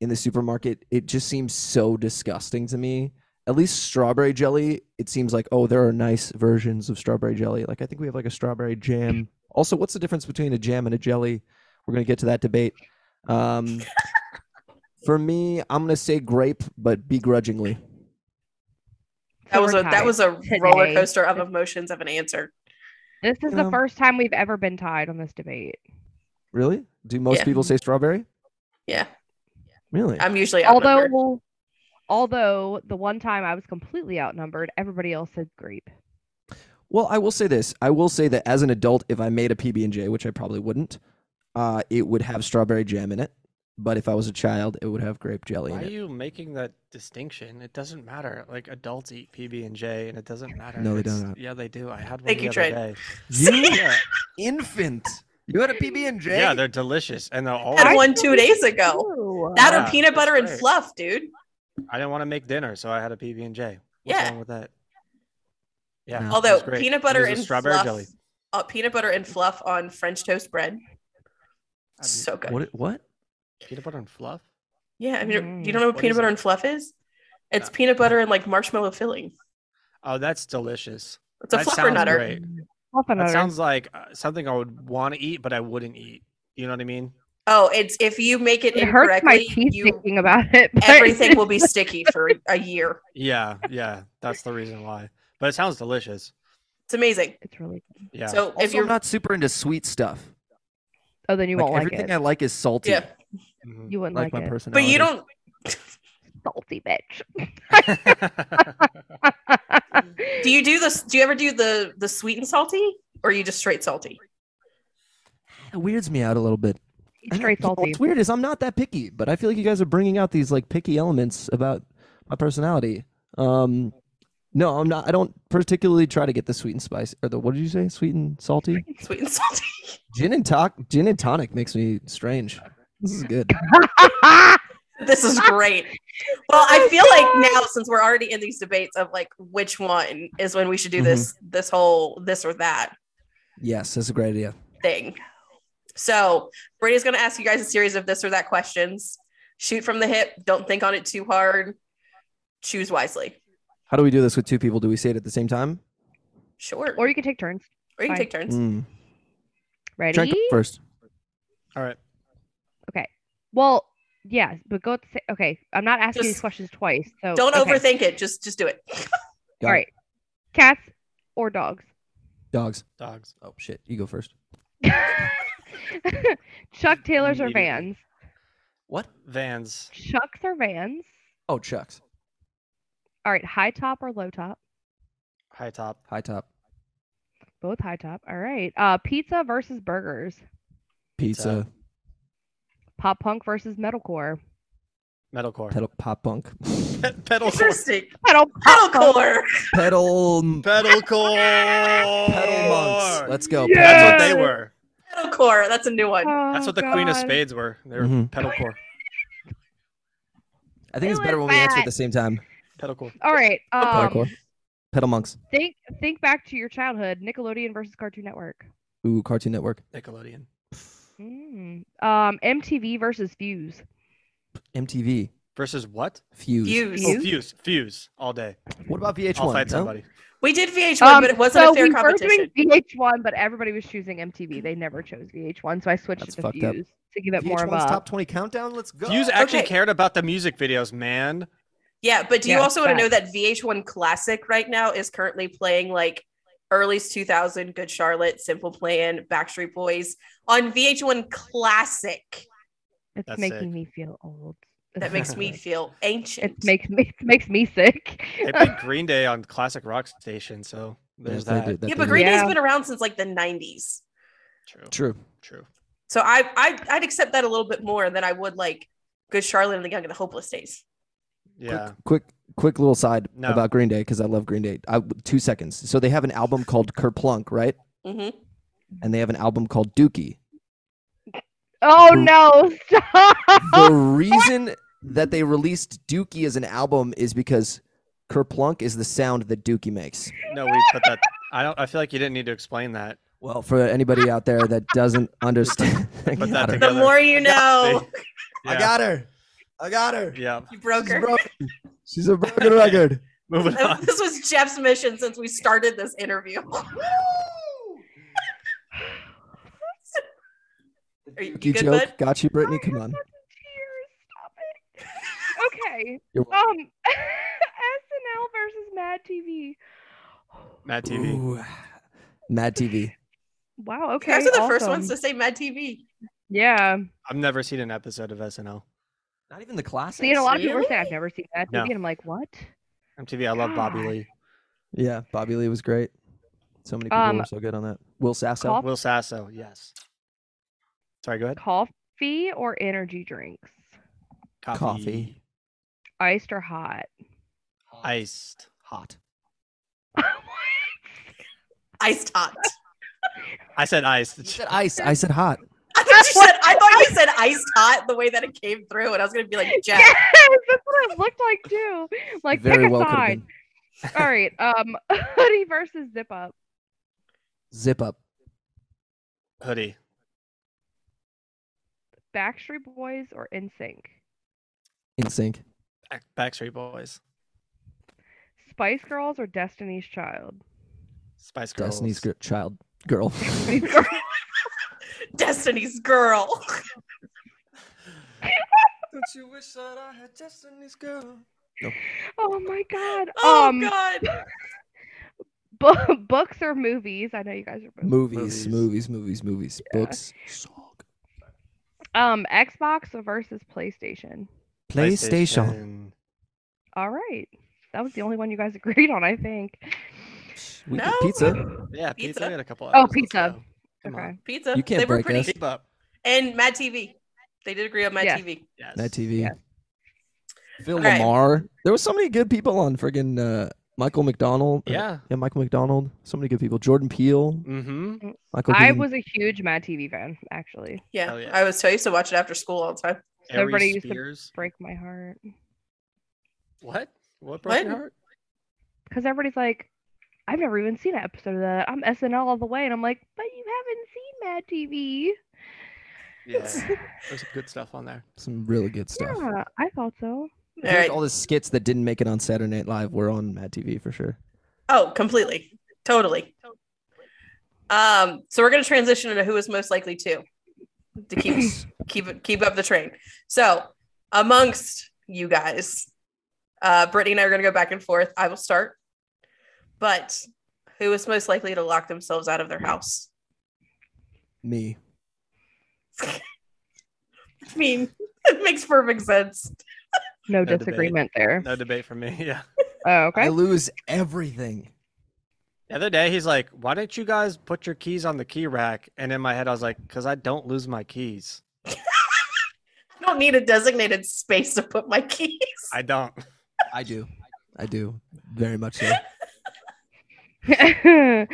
in the supermarket, it just seems so disgusting to me. At least strawberry jelly, it seems like, oh, there are nice versions of strawberry jelly. Like I think we have like a strawberry jam. Also, what's the difference between a jam and a jelly? We're gonna get to that debate. Um, for me, I'm gonna say grape, but begrudgingly. So That was we're a that tied. was a Today. roller coaster of emotions of an answer. This is you the um, know. first time we've ever been tied on this debate. Really? Do most Yeah. people say strawberry? Yeah, Really? I'm usually outnumbered. Although, although the one time I was completely outnumbered, everybody else said grape. well, I will say this. I will say that as an adult, if I made a PB and J, which I probably wouldn't, uh, it would have strawberry jam in it. But if I was a child, it would have grape jelly Why in are it. you making that distinction? It doesn't matter. Like adults eat PB and J, and it doesn't matter. No, they It's- don't. Yeah, they do. I had one Thank the you, other Trent. day. You Yeah, infant! You had a PB and J. yeah, they're delicious, and they're all. had I one still two think days it's ago. true. That Yeah, or peanut that's butter and right. fluff, dude. I didn't want to make dinner, so I had a PB and J. What's Yeah. wrong with that? Yeah. Yeah. it was Although great. peanut It butter was a and strawberry fluff, jelly. uh, peanut butter and fluff on French toast bread, I mean, so good. What? What? Peanut butter and fluff. yeah, I mean, Mm. you don't know what, What peanut is butter it? and fluff is? It's No. peanut butter and like marshmallow filling. Oh, that's delicious. It's a That fluffer sounds nutter. great. Off That another. sounds like uh, something I would want to eat, but I wouldn't eat. You know what I mean? Oh, it's if you make it, It hurts my incorrectly, teeth you thinking about it. but- everything will be sticky for a year. Yeah, yeah. That's the reason why. But it sounds delicious. It's amazing. It's really. Yeah. So if Also, you're I'm not super into sweet stuff. Oh, then you Like, won't like everything it. I like is salty. Yeah. Mhm. You wouldn't Like, like, my it. but personality. you don't Salty bitch. Mm. do you do this do you ever do the the sweet and salty or are you just straight salty? It weirds me out a little bit. I don't- Straight you know, salty. What's weird is I'm not that picky, but I feel like you guys are bringing out these like picky elements about my personality. Um, no, I'm not. I don't particularly try to get the sweet and spicy or the what did you say? Sweet and salty. Sweet and salty. Gin and talk. Gin and tonic makes me strange. This is good. this is great. Well, I Oh, feel like now since we're already in these debates of like which one is when we should do this this whole this or that. Yes, that's a great idea. thing. So Brady's going to ask you guys a series of this or that questions. Shoot from the hip. Don't think on it too hard. Choose wisely. How do we do this with two people? Do we say it at the same time? Sure. Or you can take turns. Or you can Fine. take turns. Mm. Trent, Ready? go first. All right. Well, yeah, but go. At the sa- okay, I'm not asking these Just questions twice. So Don't okay. overthink it. Just just do it. Got All it. right, cats or dogs. Dogs. Dogs. Oh shit, you go first. Chuck Taylors or Immediately. Vans? What? Vans. Chucks or Vans? Oh, Chucks. All right, high top or low top? High top. High top. Both high top. All right. Uh, pizza versus burgers. Pizza. Pop punk versus metalcore. Metalcore. Pedal pop punk. Ped- pedalcore. Interesting. Pedal. Metalcore. Pedal. pedalcore. Pedal monks. Let's go. Yes! Pedal That's monks. what they were. Metalcore. That's a new Oh, one. That's what the Queen of Spades were. They were Mhm. pedalcore. I think it's It better was when we answer at bad. the same time. Pedalcore. All right. Um, Pedalcore. Pedal monks. think think back to your childhood. Nickelodeon versus Cartoon Network. Ooh, Cartoon Network. Nickelodeon. Mm. Um, MTV versus Fuse. MTV. Versus what? Fuse. Fuse. Oh, fuse. Fuse. All day. What about VH1? I'll fight No? somebody. We did VH1, Um, but it wasn't so a fair we competition. were doing VH1, but everybody was choosing MTV. They never chose VH1, so I switched That's it to fucked up. Fuse to give it more of VH1's a. top 20 countdown. Let's go. Fuse actually Okay. cared about the music videos, man. Yeah, but do you Yeah, also want to know that VH1 Classic right now is currently playing like early 2000 Good Charlotte, Simple Plan, Backstreet Boys on VH1 Classic. It's That's making sick. me feel old. That makes me feel ancient. It makes me it makes me sick. They played Green Day on classic rock station, so there's Yes, they that. did- that yeah, they but did. Green Yeah. Day's been around since like the 90s. True. True. True. So I, I I'd accept that a little bit more than I would like Good Charlotte and the Young and the Hopeless days. Yeah. Quick, quick little side No. about Green Day because I love Green Day. I, two seconds. So they have an album called Kerplunk, right? Mhm. And they have an album called Dookie. Oh Boo. no! the Stop. reason that they released Dookie as an album is because Kerplunk is the sound that Dookie makes. No, we put that. I don't. I feel like you didn't need to explain that. Well, for anybody out there that doesn't understand, I Put got that her. The together. more you know, Yeah. got her. I got her. yeah. you broke her. broken. She's a broken record. Moving on. This was Jeff's mission since we started this interview. Are you, you Dookie good, joke. bud? Got you, Brittany. I Come have on. nothing to hear. Stop it. Okay. You're Um, SNL versus Mad TV. Matt TV. Ooh. Mad TV. Wow. Okay. You guys are the first ones awesome. to say Mad TV. Yeah. I've never seen an episode of SNL. Not even the classics. See, and a lot of people are saying I've Really? never seen Mad No. TV, and I'm like, what? MTV. I love Bobby God. Lee. Yeah, Bobby Lee was great. So many people Um, were so good on that. Will Sasso. Cough- Will Sasso. Yes. Sorry. Go ahead. Coffee or energy drinks? Coffee. Coffee. Iced or hot? Iced. Hot. Iced hot. I said iced. You said ice. I said hot. I thought you said I thought you said iced hot the way that it came through, and I was gonna be like, Jeff, yes, that's what it looked like too. Like Very pick a well could have side. been. All right. Um, hoodie versus zip up. Zip up. Hoodie. Backstreet Boys or NSYNC? In sync. Back- Backstreet Boys. Spice Girls or Destiny's Child? Spice Girls. Destiny's gr- child. Girl. Destiny's Girl. Destiny's girl. Don't you wish that I had Destiny's girl? Oh my god. Oh um, god. bu- books or movies? I know you guys are both. Movies, movies, movies, movies, Yeah. books, song. Um, Xbox versus PlayStation. PlayStation. All right. That was the only one you guys agreed on, I think. We No. did pizza. Yeah, pizza. Pizza. We had a couple. Oh, episodes pizza. ago. Come okay. on. Pizza. You can't they were break pretty us. Keep up. and Mad TV. They did agree on Mad Yes. TV. Yes. Night TV. Yeah. Phil All right. Lamar. There was so many good people on friggin' uh, Michael McDonald. or- Yeah. Yeah, Michael McDonald. So many good people. Jordan Peele. Mm-hmm. Michael I Keaton. was a huge Mad TV fan, actually. Yeah. Hell yeah. I was so I used to watch it after school all the time. So everybody Every used to- Spears. Break my heart. What? What broke your What? heart? Because everybody's like, I've never even seen an episode of that. I'm SNL all the way. And I'm like, but you Mad TV. Yes. There's some good stuff on there. Some really good stuff. Yeah, I thought so. I All feel like right. All the skits that didn't make it on Saturday Night Live were on Mad TV for sure. Oh, completely. Totally. Um, so we're gonna transition into who is most likely to to keep keep keep up the train. So amongst you guys, uh Brittany and I are gonna go back and forth. I will start. But who is most likely to lock themselves out of their house? Me. I mean, it makes perfect sense. No debate. disagreement there. No debate from me. Yeah. Oh, I okay. lose everything. The other day, he's like, "Why don't you guys put your keys on the key rack?" And in my head, I was like, "Cause I don't lose my keys. I don't need a designated space to put my keys. I don't." I do. I do. Very much so.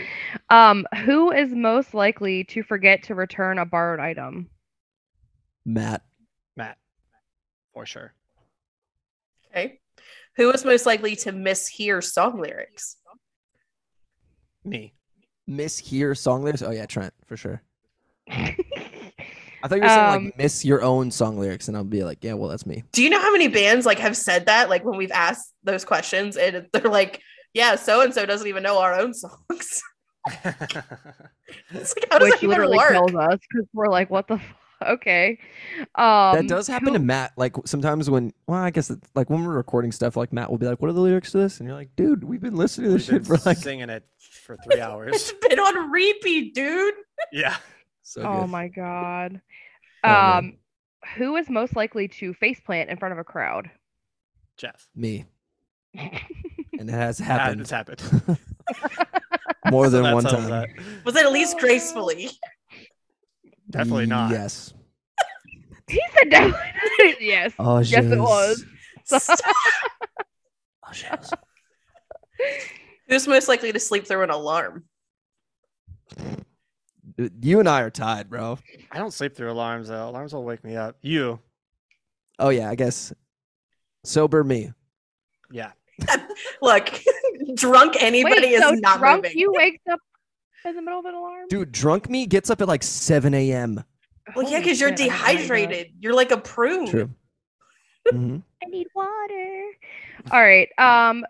um, who is most likely to forget to return a borrowed item? Matt. Matt, for sure. Okay. Who is most likely to mishear song lyrics? Me. Mishear song lyrics. Oh yeah, Trent, for sure. I I thought you were saying Um, like miss your own song lyrics, and I'll be like, yeah, well, that's me. Do you know how many bands like have said that? Like when we've asked those questions, and they're like, "Yeah, so and so doesn't even know our own songs." it's like, how does Which that even literally work? kills us because we're like, what the? F-? Okay. Um, that does happen to Matt. Like sometimes when, well, I guess it's, like when we're recording stuff, like Matt will be like, "What are the lyrics to this?" And you're like, "Dude, we've been listening to We've this shit been for like singing it for three It's hours. been on repeat, dude. yeah. so Oh good. my god. Oh, man. um, who is most likely to faceplant in front of a crowd? Jeff. me," and it has Happened. happened It's happened. more than That's one how it was time. at. Was it at Oh, least gracefully? Definitely not. Yes. he said no. yes. Oh, Yes, it was. Oh, Who's most likely to sleep through an alarm? You and I are tied, bro. I don't sleep through alarms. Though. Alarms will wake me up. You. Oh yeah, I guess. Sober me. Yeah. Look, drunk anybody Wait, is so not drunk moving. you wakes up in the middle of an alarm? Dude, drunk me gets up at like 7 a.m. well, yeah, Holy because you're Oh, shit, I didn't know that. dehydrated. You're like a prune. True. Mhm. I need water. All right. Um,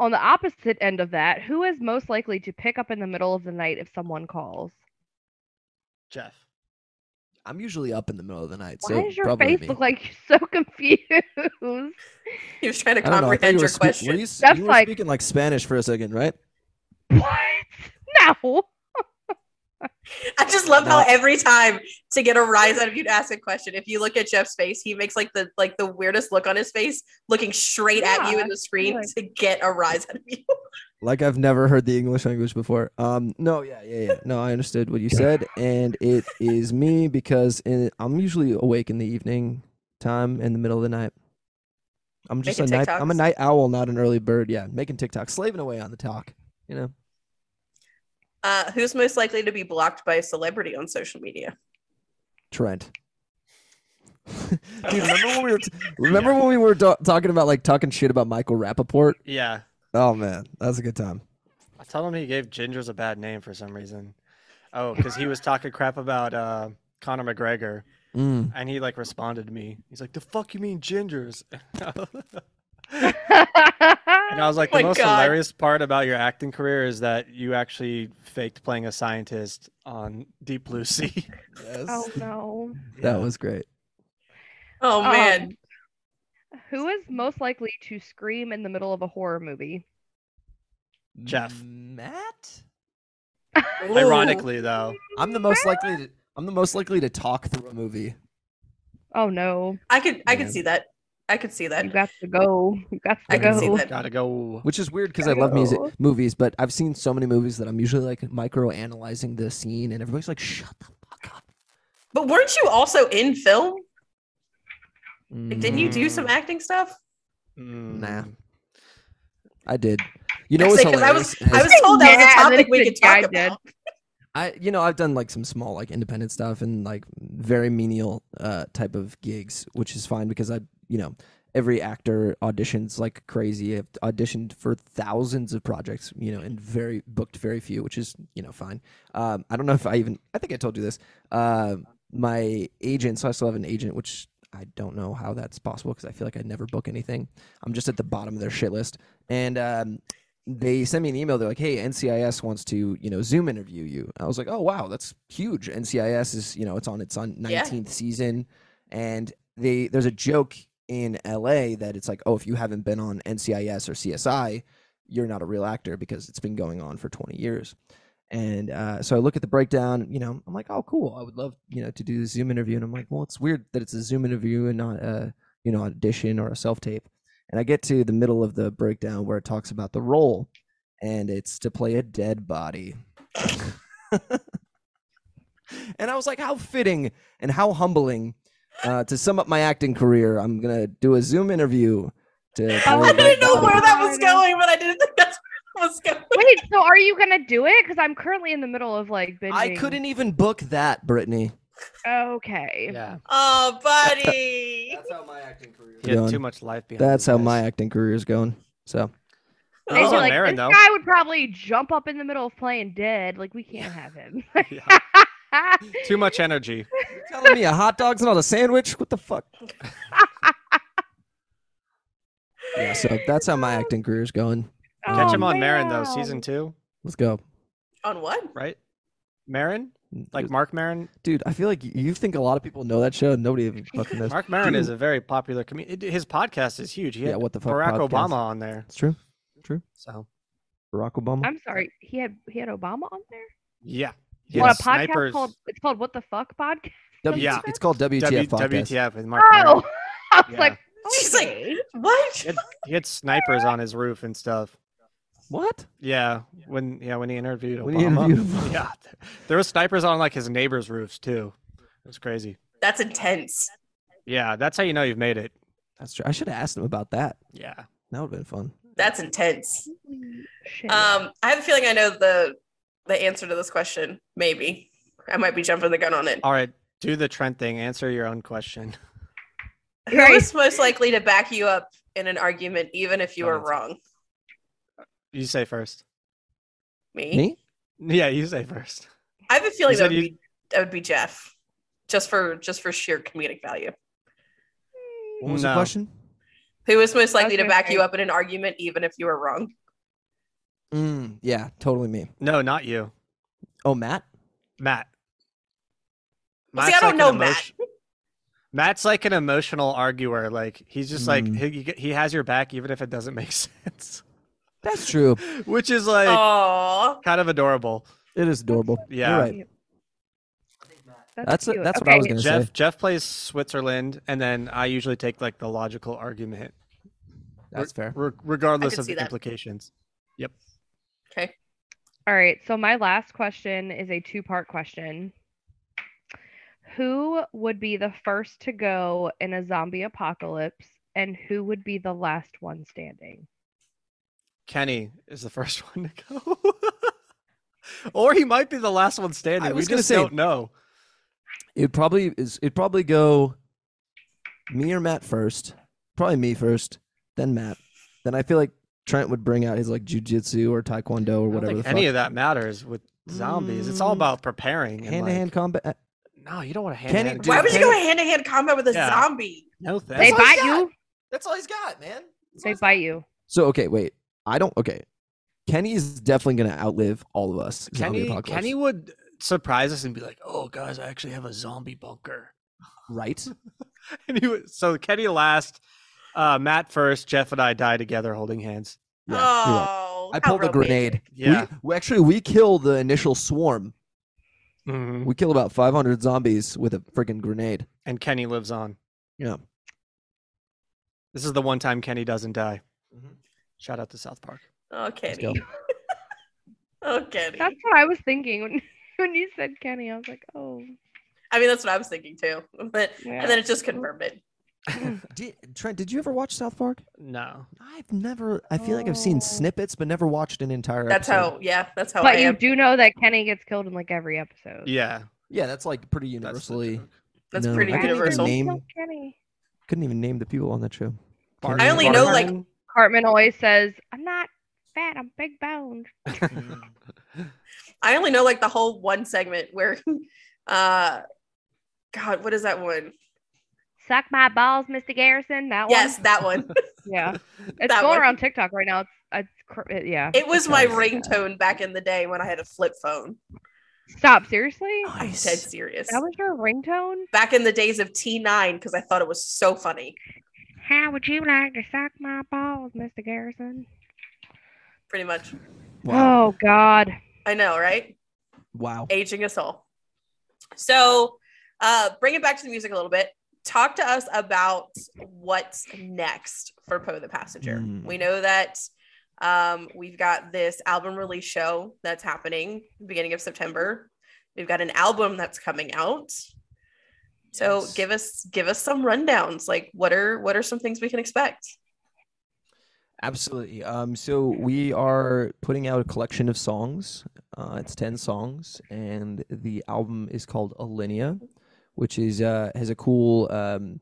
on the opposite end of that, who is most likely to pick up in the middle of the night if someone calls? Jeff. I'm usually up in the middle of the night. Why so does your probably face me. look like you're so confused? He was trying to I don't know. I thought comprehend you were, your spe- question. were you, s- That's you were like- speaking like Spanish for a second, right? What? No. I just love how Not- every time to get a rise out of you to ask a question, if you look at Jeff's face, he makes like the like the weirdest look on his face, looking straight at you Yeah, in the screen like- to get a rise out of you. Like I've never heard the English language before. Um, no, yeah, yeah, yeah. No, I understood what you said, and it is me because in, I'm usually awake in the evening time in the middle of the night. I'm just Making a night. I'm a TikToks. night owl, not an early bird. Yeah, making TikTok, slaving away on the talk. You know, Uh, who's most likely to be blocked by a celebrity on social media? Trent. Dude, remember when we were t- remember when we were ta- talking about like talking shit about Michael Rappaport? Yeah. Oh man, that's a good time. I told him he gave gingers a bad name for some reason. Oh, because he was talking crap about uh, Conor McGregor, Mm. and he like responded to me. He's like, "The fuck you mean gingers?" And I was like, Oh the my most God. hilarious part about your acting career is that you actually faked playing a scientist on Deep Blue Sea. Yes. oh no. That was great. Oh man, Um, who is most likely to scream in the middle of a horror movie? Jeff. Matt? Ooh. Ironically, though, I'm the most likely to I'm the most likely to talk through a movie. Oh no. I could I could Yeah. see that. I could see that. You got to go. You got to I go. can see that. gotta go. Which is weird because I love music Ew. movies, but I've seen so many movies that I'm usually like micro analyzing the scene and everybody's like, shut the fuck up. But weren't you also in film? Like, didn't you do Mm. some acting stuff? Nah. Mm. I did. You know what's Actually, 'cause I was- hilarious? is- I was told that was a Yeah, and then topic we he could said, "Yeah, talk I did." about. I you know I've done like some small like independent stuff and like very menial uh type of gigs, which is fine because I you know every actor auditions like crazy. I've auditioned for thousands of projects, you know, and very booked very few, which is you know fine. Um, I don't know if I even. I think I told you this. Uh, my agent. So I still have an agent, which I don't know how that's possible because I feel like I never book anything. I'm just at the bottom of their shit list, and um, they sent me an email. They're like, "Hey, NCIS wants to, you know, Zoom interview you." I was like, "Oh wow, that's huge." NCIS is, you know, it's on its on Yeah. 19th season, and they there's a joke in LA that it's like, "Oh, if you haven't been on NCIS or CSI, you're not a real actor because it's been going on for 20 years." And uh, so I look at the breakdown. You know, I'm like, "Oh, cool. I would love, you know, to do the Zoom interview." And I'm like, "Well, it's weird that it's a Zoom interview and not a, you know, audition or a self tape." And I get to the middle of the breakdown where it talks about the role, and it's to play a dead body. and I was like, how fitting and how humbling. Uh, to sum up my acting career, I'm going to do a Zoom interview to. play a Oh I dead didn't know body. where that was going, but I didn't think that's where that was going. Wait, so are you gonna do it? Because I'm currently in the middle of like binging. I couldn't even book that, Brittany. Okay. Yeah. Oh, buddy. how my acting career You have too much life behind That's you how guys. my acting career is going. So They'd He's be on like, Marin, this though. guy would probably jump up in the middle of playing dead. Like we can't have him. Yeah. Too much energy. you're telling me a hot dog's not a sandwich? What the fuck? Yeah, so that's how my acting career is going. Catch Oh, him on Marin though, man. season two, Let's go. On what? right? Marin, like Mark Marin. dude, I feel like you think a lot of people know that show. and Nobody even fucking knows. Mark Marin Dude. is a very popular comedian. His podcast is huge. He yeah, had what the fuck? Barack podcast. Obama on there. It's true. So Barack Obama. I'm sorry. He had he had Obama on there. yeah, He on a had podcast Snipers- called it's called What the Fuck podcast. W- Yeah. it's called WTF W- podcast. WTF with Mark Maron. Oh, I was Yeah. like, She's like- okay. What? He had, he had snipers on his roof and stuff. What? Yeah, when yeah when he interviewed Obama. When he interviewed Obama. yeah, there was snipers on like his neighbors' roofs too. It was crazy. That's intense. Yeah, that's how you know you've made it. That's true. I should have asked him about that. Yeah, That would have been fun. That's intense. Shit. Um, I have a feeling I know the the answer to this question. Maybe I might be jumping the gun on it. Oh, All right, do the Trent thing. Answer your own question. Who is most likely to back you up in an argument, even if you Oh, are that's- wrong? You say first. Me. Me? Yeah, you say first. I have a feeling You that said would, you- be, that would be Jeff, just for just for sheer comedic value. What was the No. question? Who is most likely to Okay, back you okay. up in an argument, even if you are wrong? Mm, yeah, totally me. No, not you, Oh, Matt. Matt. Well, see, I don't an know Matt. emotio- Matt's like an emotional arguer. Like he's just like Mm. he, he he has your back even if it doesn't make sense, That's true. which is like Oh, kind of adorable. It is adorable. Yeah. You're right. That's a- cute. that's what I was Okay, gonna Jeff say. Jeff plays Switzerland, and then I usually take like the logical argument, That's fair. re- regardless could of see the that. implications. okay. All right. So my last question is a two-part question. Who would be the first to go in a zombie apocalypse, and who would be the last one standing? Kenny is the first one to go, or he might be the last one standing. I We was gonna just say- don't know. It probably is. It probably go me or Matt first. Probably me first, then Matt. Then I feel like Trent would bring out his like jujitsu or taekwondo or I don't whatever the think fuck. any of that matters with zombies. It's all Mm. about preparing. and, hand to hand like- combat. No, you don't want to hand. Kenny- to hand Dude, Why would you Kenny- go hand to hand combat with a Yeah. zombie? No, they thanks. all he's bite got. you. That's all he's got, man. They bite you. So okay, wait. I don't. Okay, Kenny is definitely gonna outlive all of us. Zombie Kenny, apocalypse. Kenny would surprise us and be like, "Oh, guys, I actually have a zombie bunker." right? And he would, so Kenny last, uh, Matt first, Jeff and I die together holding hands. Yeah, you're right. oh, I how pulled a romantic. grenade. Yeah. We, we- actually we kill the initial swarm. Mhm. Mm-hmm. We kill about 500 zombies with a freaking grenade. And Kenny lives on. Yeah. This is the one time Kenny doesn't die. Mhm. Shout out to South Park. Oh, Let's go. Kenny. Oh, Kenny. That's what I was thinking when, when you said Kenny. I was like, oh. I mean, that's what I was thinking too. But yeah. and then it just confirmed it. Did, Trent, did you ever watch South Park? No. I've never. I feel like I've seen Oh. snippets, but never watched an entire. That's episode. how. Yeah, that's how I but you am. do know that Kenny gets killed in like every episode. Yeah. Yeah, that's like pretty that's the universally. joke. That's No, pretty I Right? couldn't even universal. name- Kill Kenny. couldn't even name the people on that show. Barney- I only know, like- Barney? Cartman always says, I'm not fat, I'm big boned. I only know like the whole one segment where, uh, God, what is that one? Suck my balls, Mr. Garrison. That Yes, one. that one. Yeah. It's That going one. around TikTok right now. It's, it's cr- it- yeah. It was my Nice. ringtone back in the day when I had a flip phone. Stop. Seriously? I'm dead serious. That was your ringtone? Back in the days of T9 because I thought it was so funny. How would you like to suck my balls, Mr. Garrison? Pretty much. Wow. Oh, God. I know, right? Wow. aging us all. So, uh, bring it back to the music a little bit. Talk to us about what's next for Poe the Passenger. Mm. We know that um, we've got this album release show that's happening beginning of September. We've got an album that's coming out. So Yes. give us give us some rundowns. Like what are what are some things we can expect? Absolutely. Um, so we are putting out a collection of songs. Uh, it's ten songs, and the album is called Alinea, which is uh, has a cool um,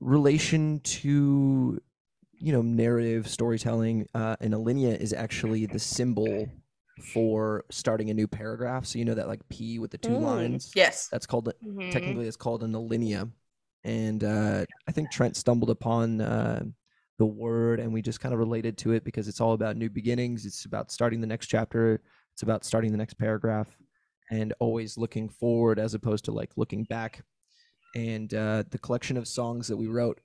relation to you know narrative storytelling. Uh, and Alinea is actually the symbol for starting a new paragraph. So you know that like P with the two Mm. lines. Yes. That's called Mhm. technically it's called an alinea and uh, i think trent stumbled upon uh, the word and we just kind of related to it because it's all about new beginnings it's about starting the next chapter it's about starting the next paragraph and always looking forward as opposed to like looking back and uh, the collection of songs that we wrote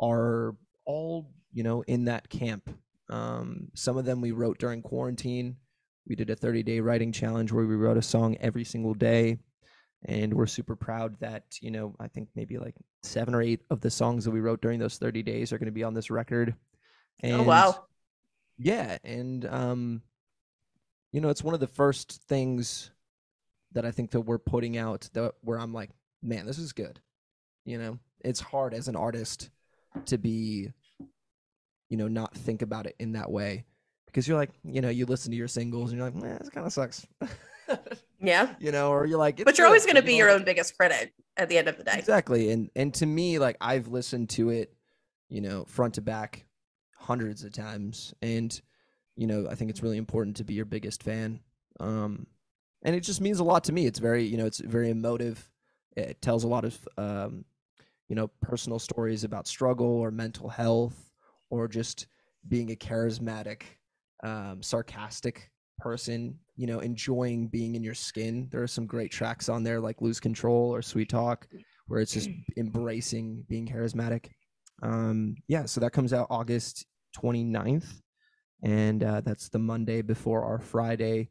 are all you know in that camp um, some of them we wrote during quarantine we did a 30 day writing challenge where we wrote a song every single day and we're super proud that you know i think maybe like seven or eight of the songs that we wrote during those 30 days are going to be on this record oh wow. yeah, and um, you know, it's one of the first things that I think that we're putting out that where I'm like, man, this is good. You know, it's hard as an artist to be, you know, not think about it in that way because you're like, you know, you listen to your singles and you're like, man, this kind of sucks. Yeah. you know, or you're like, But "It's you're good," always going to you be know, your like- own biggest critic at the end of the day. Exactly. And and to me, like I've listened to it, you know, front to back hundreds of times. And, you know, I think it's really important to be your biggest fan. Um and it just means a lot to me. It's very, you know, it's very emotive. It tells a lot of um, you know, personal stories about struggle or mental health or just being a charismatic, um, sarcastic person, you know, enjoying being in your skin. There are some great tracks on there like Lose Control or Sweet Talk where it's just embracing being charismatic. Um, yeah, so that comes out August 29th. And uh, that's the Monday before our Friday,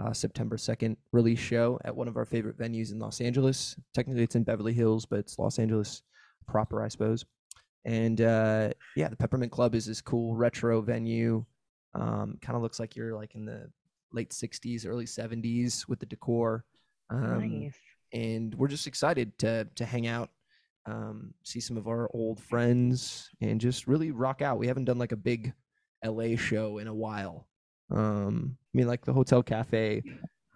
uh, September 2nd release show at one of our favorite venues in Los Angeles. Technically, it's in Beverly Hills, but it's Los Angeles proper, I suppose. And uh, yeah, the Peppermint Club is this cool retro venue. Um, kind of looks like you're like in the late 60s, early 70s with the decor. Um, nice. and we're just excited to to hang out um see some of our old friends and just really rock out we haven't done like a big la show in a while um i mean like the hotel cafe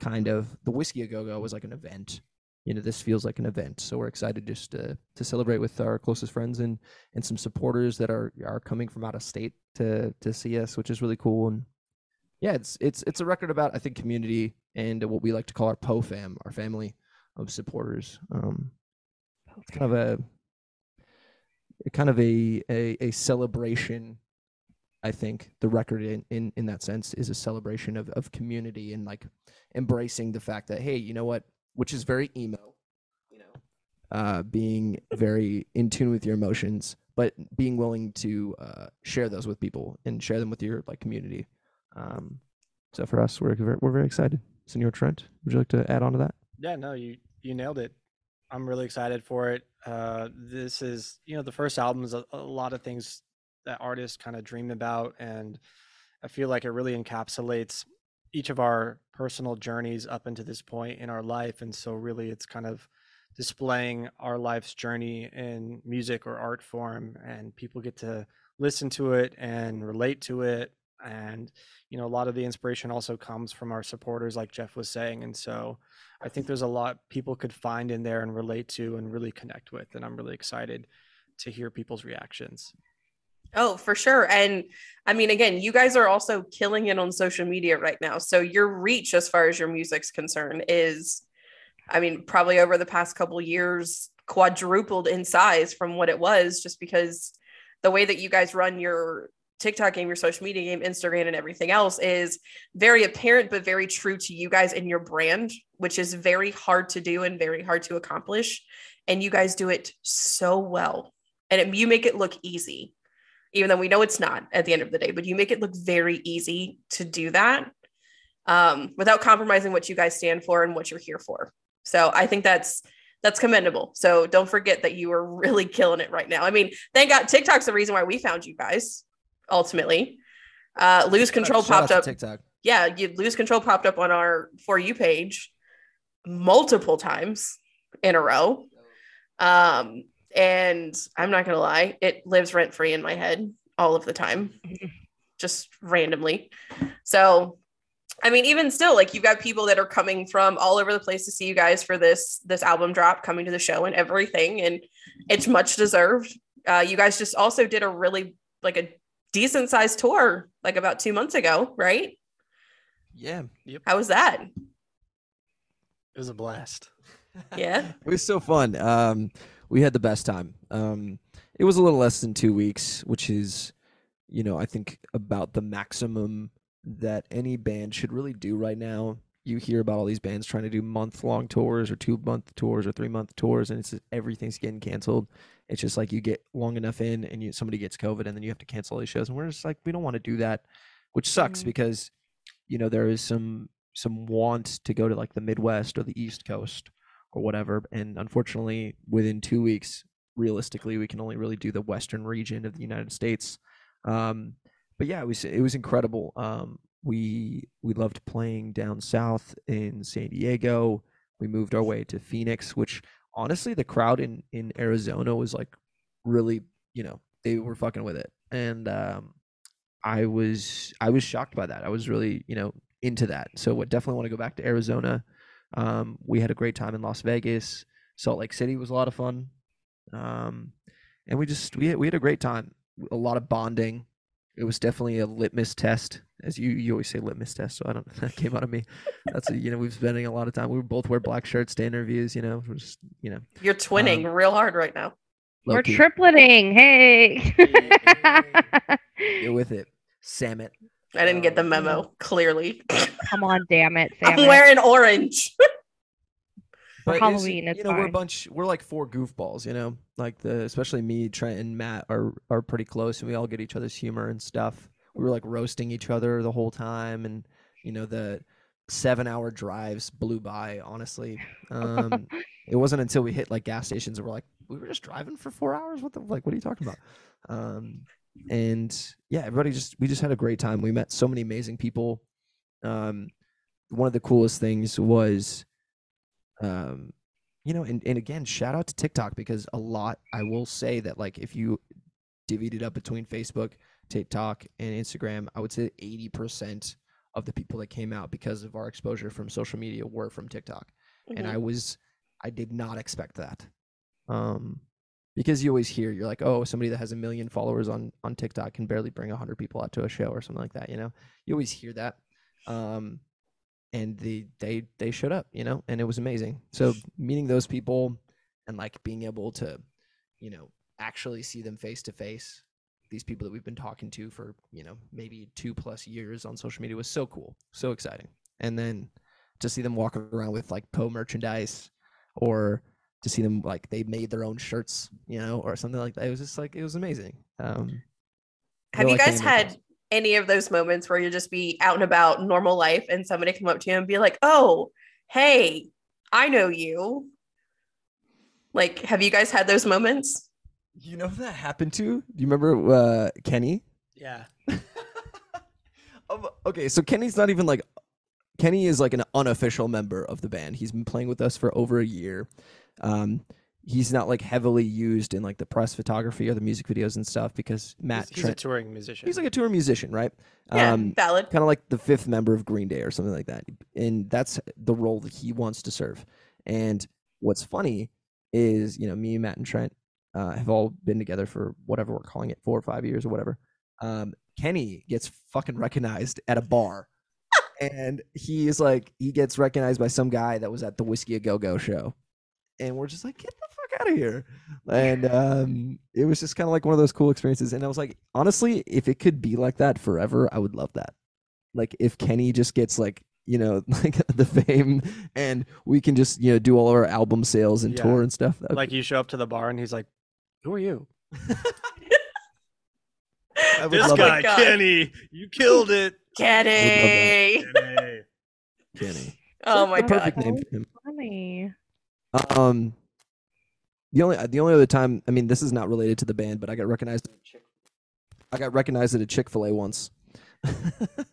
kind of the whiskey a go-go was like an event you know this feels like an event so we're excited just to to celebrate with our closest friends and and some supporters that are are coming from out of state to to see us which is really cool and yeah it's it's it's a record about i think community and what we like to call our po fam our family of supporters. Um, it's kind of a a- kind of a, a a celebration. I think the record in, in, in that sense is a celebration of, of community and like embracing the fact that hey, you know what, which is very emo, you know, uh, being very in tune with your emotions, but being willing to uh, share those with people and share them with your like community. Um, so for us, we're ver- we're very excited. Senor Trent, would you like to add on to that? Yeah, no, you you nailed it. I'm really excited for it. Uh, this is you know the first album is a, a lot of things that artists kind of dream about, and I feel like it really encapsulates each of our personal journeys up until this point in our life, and so really it's kind of displaying our life's journey in music or art form, and people get to listen to it and relate to it, and you know a lot of the inspiration also comes from our supporters, like Jeff was saying, and so. I think there's a lot people could find in there and relate to and really connect with. And I'm really excited to hear people's reactions. Oh, for sure. And I mean, again, you guys are also killing it on social media right now. So your reach, as far as your music's concerned, is, I mean, probably over the past couple years, quadrupled in size from what it was, just because the way that you guys run your TikTok game, your social media game, Instagram, and everything else is very apparent, but very true to you guys and your brand, which is very hard to do and very hard to accomplish. And you guys do it so well. And it, you make it look easy, even though we know it's not at the end of the day, but you make it look very easy to do that um, without compromising what you guys stand for and what you're here for. So I think that's that's commendable. So don't forget that you are really killing it right now. I mean, thank God TikTok's the reason why we found you guys ultimately. Uh, lose control Shout popped out to up. TikTok. Yeah, you lose control popped up on our for you page multiple times in a row. Um, and I'm not gonna lie, it lives rent free in my head all of the time, just randomly. So, I mean, even still, like you've got people that are coming from all over the place to see you guys for this this album drop, coming to the show and everything, and it's much deserved. Uh, you guys just also did a really like a decent sized tour like about two months ago, right? Yeah. How was that? It was a blast. Yeah. It was so fun. Um, we had the best time. Um, it was a little less than two weeks, which is, you know, I think about the maximum that any band should really do right now. You hear about all these bands trying to do month long tours or two month tours or three month tours, and it's just, everything's getting canceled. It's just like you get long enough in and you, somebody gets COVID, and then you have to cancel all these shows. And we're just like, we don't want to do that, which sucks Mhm. because, you know, there is some some want to go to like the Midwest or the East Coast or whatever. And unfortunately, within two weeks, realistically, we can only really do the western region of the United States. Um, but yeah, it was it was incredible. Um, we we loved playing down south in San Diego. We moved our way to Phoenix, which honestly, the crowd in in Arizona was like really, you know, they were fucking with it, and um, I was I was shocked by that. I was really you know into that. So I definitely want to go back to Arizona. Um, we had a great time in Las Vegas. Salt Lake City was a lot of fun, um, and we just we had, we had a great time. A lot of bonding. It was definitely a litmus test, as you you always say litmus test. So I don't that came out of me. That's you know we've spending a lot of time. We both wear black shirts to interviews. You know, we're just you know You're twinning Um, real hard right now. We're low-key. tripleting. Hey. Get with it, Sam it. I didn't get the Um, memo, clearly. Come on, damn it, Sam. I'm wearing orange. For But it's- Halloween, it's you know, we're a fine. bunch. We're like four goofballs, you know. Like the especially me, Trent, and Matt are are pretty close, and we all get each other's humor and stuff. We were like roasting each other the whole time, and you know the seven hour drives blew by. Honestly, um, it wasn't until we hit like gas stations that we're like, we were just driving for four hours. What the like? What are you talking about? Um, and yeah, everybody just we just had a great time. We met so many amazing people. Um, one of the coolest things was um you know and, and again shout out to tiktok because a lot i will say that like if you divvied it up between facebook tiktok and instagram i would say 80% of the people that came out because of our exposure from social media were from tiktok and i was i did not expect that um because you always hear you're like oh somebody that has a million followers on on tiktok can barely bring 100 people out to a show or something like that you know you always hear that um and the they they showed up you know and it was amazing so meeting those people and like being able to you know actually see them face to face these people that we've been talking to for you know maybe two plus years on social media was so cool so exciting and then to see them walking around with like po merchandise or to see them like they made their own shirts you know or something like that it was just like it was amazing um Have we're you like guys animal had friends. any of those moments where you just be out and about normal life and somebody come up to you and be like, oh, hey, I know you? Like, have you guys had those moments? you know that happened to do you remember uh kenny Yeah. Um, okay, so Kenny's not even like Kenny is like an unofficial member of the band. He's been playing with us for over a year. Um, he's not like heavily used in like the press photography or the music videos and stuff because Matt he's, he's a Trent, touring musician. he's like a tour musician, right? Yeah, Um, valid. kind of like the fifth member of Green Day or something like that. And that's the role that he wants to serve. And what's funny is, you know, me, Matt, and Trent, uh, have all been together for whatever we're calling it, four or five years or whatever. Um, Kenny gets fucking recognized at a bar. and he is like, he gets recognized by some guy that was at the Whiskey a Go Go show. And we're just like, get the fuck out of here. And um, it was just kind of like one of those cool experiences. And I was like, honestly, if it could be like that forever, I would love that. Like, if Kenny just gets like, you know, like the fame, and we can just, you know, do all our album sales and Yeah. tour and stuff. that would Like you show up to the bar and he's like, "Who are you?" I would This love guy, it. God. Kenny, you killed it. Kenny. Kenny. Kenny. Oh my the god. perfect name for him. Funny. Um, the only the only other time, I mean, this is not related to the band, but I got recognized. I got recognized at a Chick Fil A once.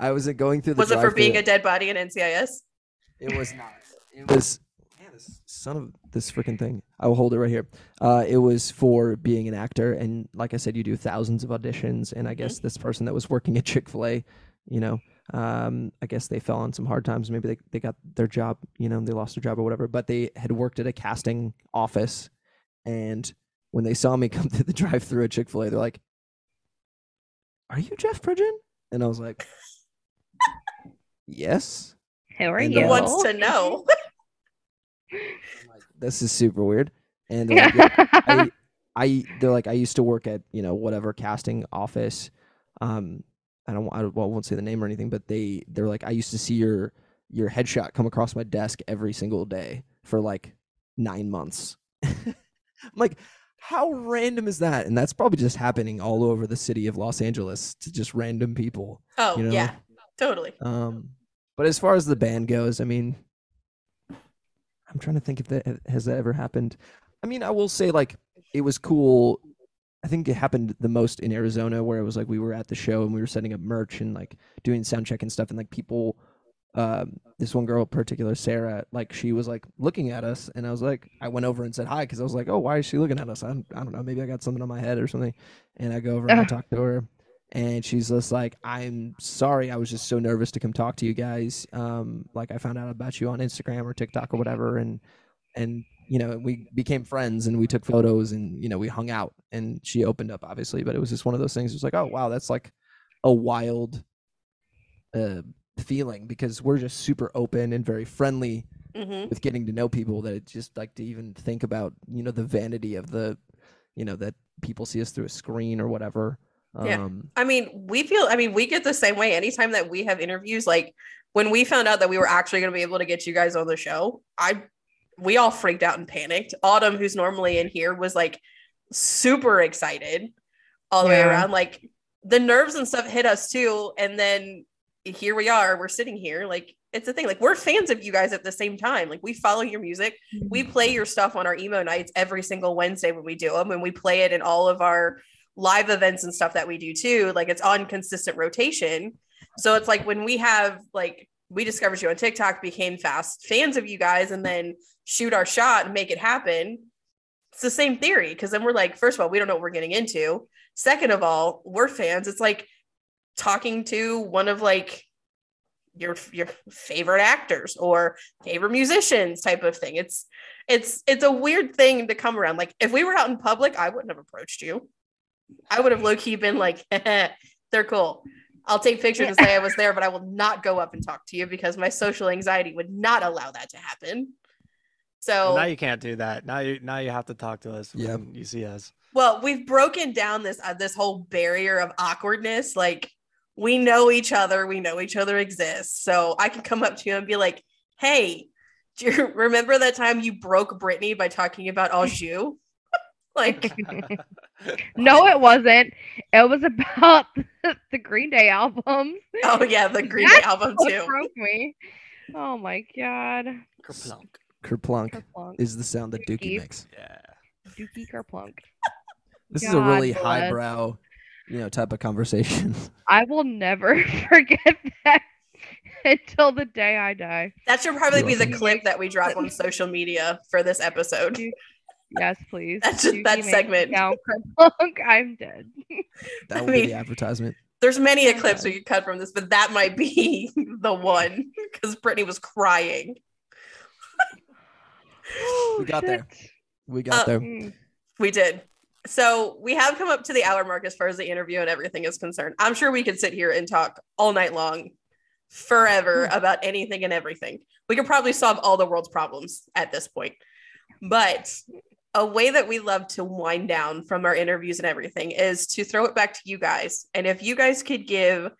I was uh, going through the. Was it for drive-thru. being a dead body in NCIS? It was not. It was. Man, this son of this freaking thing. I will hold it right here. Uh, it was for being an actor, and like I said, you do thousands of auditions, and I guess this person that was working at Chick Fil A, you know, um, I guess they fell on some hard times. Maybe they they got their job, you know, they lost their job or whatever. But they had worked at a casting office, and when they saw me come through the drive-through at Chick Fil A, they're like, "Are you Jeff Bridgen?" And I was like, "Yes." Who are And you? Yeah. Who wants to know? like, this is super weird. And they're like, yeah, Yeah. I, I, they're like, I used to work at you know whatever casting office. Um, I don't, I, don't- well, I won't say the name or anything, but they, they're like, I used to see your, your headshot come across my desk every single day for like nine months. I'm like, how random is that? And that's probably just happening all over the city of Los Angeles to just random people. Oh You know? yeah, totally. Um, but as far as the band goes, I mean, I'm trying to think if that has that ever happened. I mean, I will say like it was cool. I think it happened the most in Arizona, where it was like we were at the show and we were setting up merch and like doing sound check and stuff, and like people. Um, this one girl in particular, Sarah, like she was like looking at us, and I was like, I went over and said hi because I was like, oh, why is she looking at us? I don't, I don't know, maybe I got something on my head or something, and I go over and I Ugh. talk to her, and she's just like i'm sorry i was just so nervous to come talk to you guys um like i found out about you on instagram or tiktok or whatever and and you know we became friends and we took photos and you know we hung out and she opened up obviously but it was just one of those things it was like oh wow that's like a wild uh feeling because we're just super open and very friendly hmm with getting to know people that it just like to even think about you know the vanity of the you know that people see us through a screen or whatever Yeah. um I mean, we feel. I mean, we get the same way anytime that we have interviews. Like when we found out that we were actually going to be able to get you guys on the show, I we all freaked out and panicked. Autumn, who's normally in here, was like super excited all the way Yeah. around. Like the nerves and stuff hit us too, and then here we are. We're sitting here. Like it's a thing. Like we're fans of you guys at the same time. Like we follow your music. we play your stuff on our emo nights every single Wednesday when we do them, and we play it in all of our live events and stuff that we do too. Like it's on consistent rotation. So it's like when we have like we discovered you on TikTok, became fast fans of you guys, and then shoot our shot and make it happen. It's the same theory because then we're like, first of all, we don't know what we're getting into. Second of all, we're fans. It's like talking to one of like your your favorite actors or favorite musicians type of thing. It's it's it's a weird thing to come around. Like if we were out in public, I wouldn't have approached you. I would have low key been like, they're cool. I'll take pictures and say I was there, but I will not go up and talk to you because my social anxiety would not allow that to happen. So Well, Oh. now you can't do that. Now you now you have to talk to us Yeah. when you see us. Well, we've broken down this uh, this whole barrier of awkwardness. Like we know each other, we know each other exists. So I can come up to you and be like, "Hey, do you remember that time you broke Brittany by talking about au jus?" like, no, it wasn't. It was about the Green Day album. oh yeah, the Green Day That's album What too. broke me. Oh my god. Kerplunk. Kerplunk Kerplunk. is the sound that Dookie Dookie. makes. Yeah. Dookie Kerplunk. This is a God really bless. highbrow, you know, type of conversation. I will never forget that until the day I die. That should probably be the Dookie. clip that we drop on social media for this episode. Yes, please. That's just- that makes me segment. sound Kerplunk. I'm dead. That I would be mean- the advertisement. There's many a clips we could cut from this, but that might be the one because Brittany was crying. We got Shit. there. We got Uh, there. Oh, Mm. We did. So we have come up to the hour mark as far as the interview and everything is concerned. I'm sure we could sit here and talk all night long, forever about anything and everything. We could probably solve all the world's problems at this point. But a way that we love to wind down from our interviews and everything is to throw it back to you guys. And if you guys could give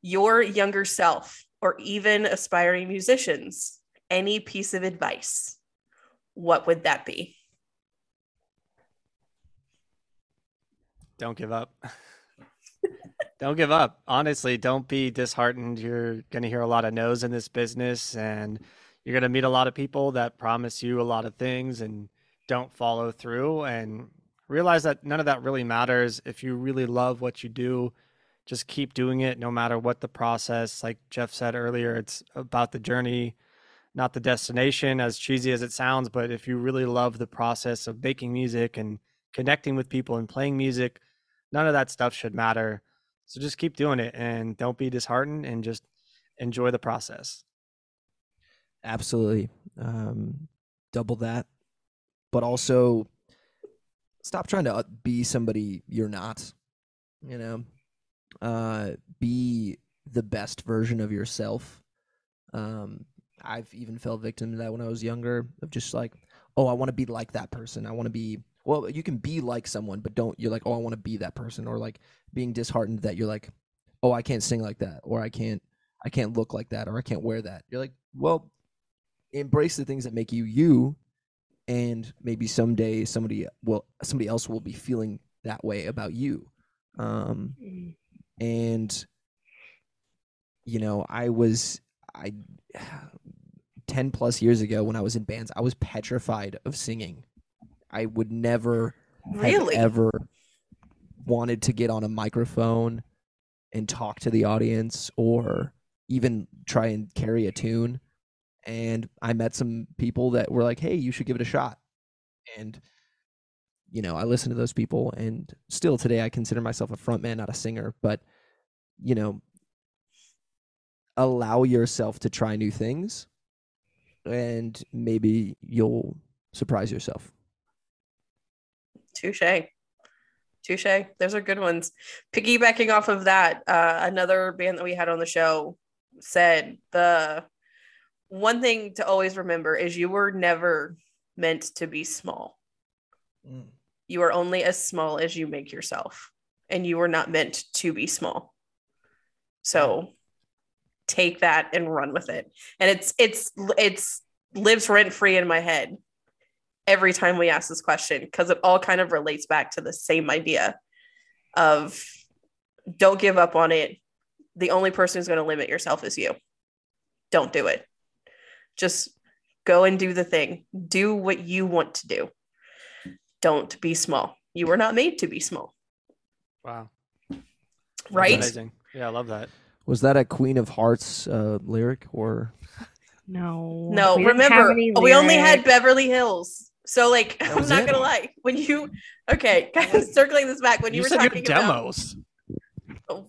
your younger self or even aspiring musicians any piece of advice, what would that be? Don't give up. don't give up. Honestly, don't be disheartened. You're going to hear a lot of no's in this business and you're going to meet a lot of people that promise you a lot of things and don't follow through and realize that none of that really matters if you really love what you do just keep doing it no matter what the process like jeff said earlier it's about the journey not the destination as cheesy as it sounds but if you really love the process of making music and connecting with people and playing music none of that stuff should matter so just keep doing it and don't be disheartened and just enjoy the process Absolutely. Um, double that. But also, stop trying to uh, be somebody you're not. You know, uh, be the best version of yourself. Um, I've even fell victim to that when I was younger of just like, oh, I want to be like that person. I want to be, well, you can be like someone, but don't, you're like, oh, I want to be that person. Or like being disheartened that you're like, oh, I can't sing like that. Or I can't, I can't look like that. Or I can't wear that. You're like, well, embrace the things that make you you and maybe someday somebody will somebody else will be feeling that way about you um and you know i was i 10 plus years ago when i was in bands i was petrified of singing i would never had Really? ever wanted to get on a microphone and talk to the audience or even try and carry a tune and i met some people that were like hey you should give it a shot and you know i listened to those people and still today i consider myself a frontman not a singer but you know allow yourself to try new things and maybe you'll surprise yourself Touche. Touche. Those are good ones. Piggybacking off of that, uh, another band that we had on the show said the one thing to always remember is you were never meant to be small. Mm. You are only as small as you make yourself, and you were not meant to be small. So take that and run with it. And it's it's it's lives rent free in my head every time we ask this question because it all kind of relates back to the same idea of don't give up on it. The only person who's going to limit yourself is you. Don't do it. Just go and do the thing. Do what you want to do. Don't be small. You were not made to be small, wow right? Amazing. yeah i love that was that a queen of hearts uh, lyric or No. No, we didn't have remember, any we only had lyrics. Beverly Hills. So, like, That I'm was not it? going to lie. When you, okay, circling this back, when you, you were said talking your about. demos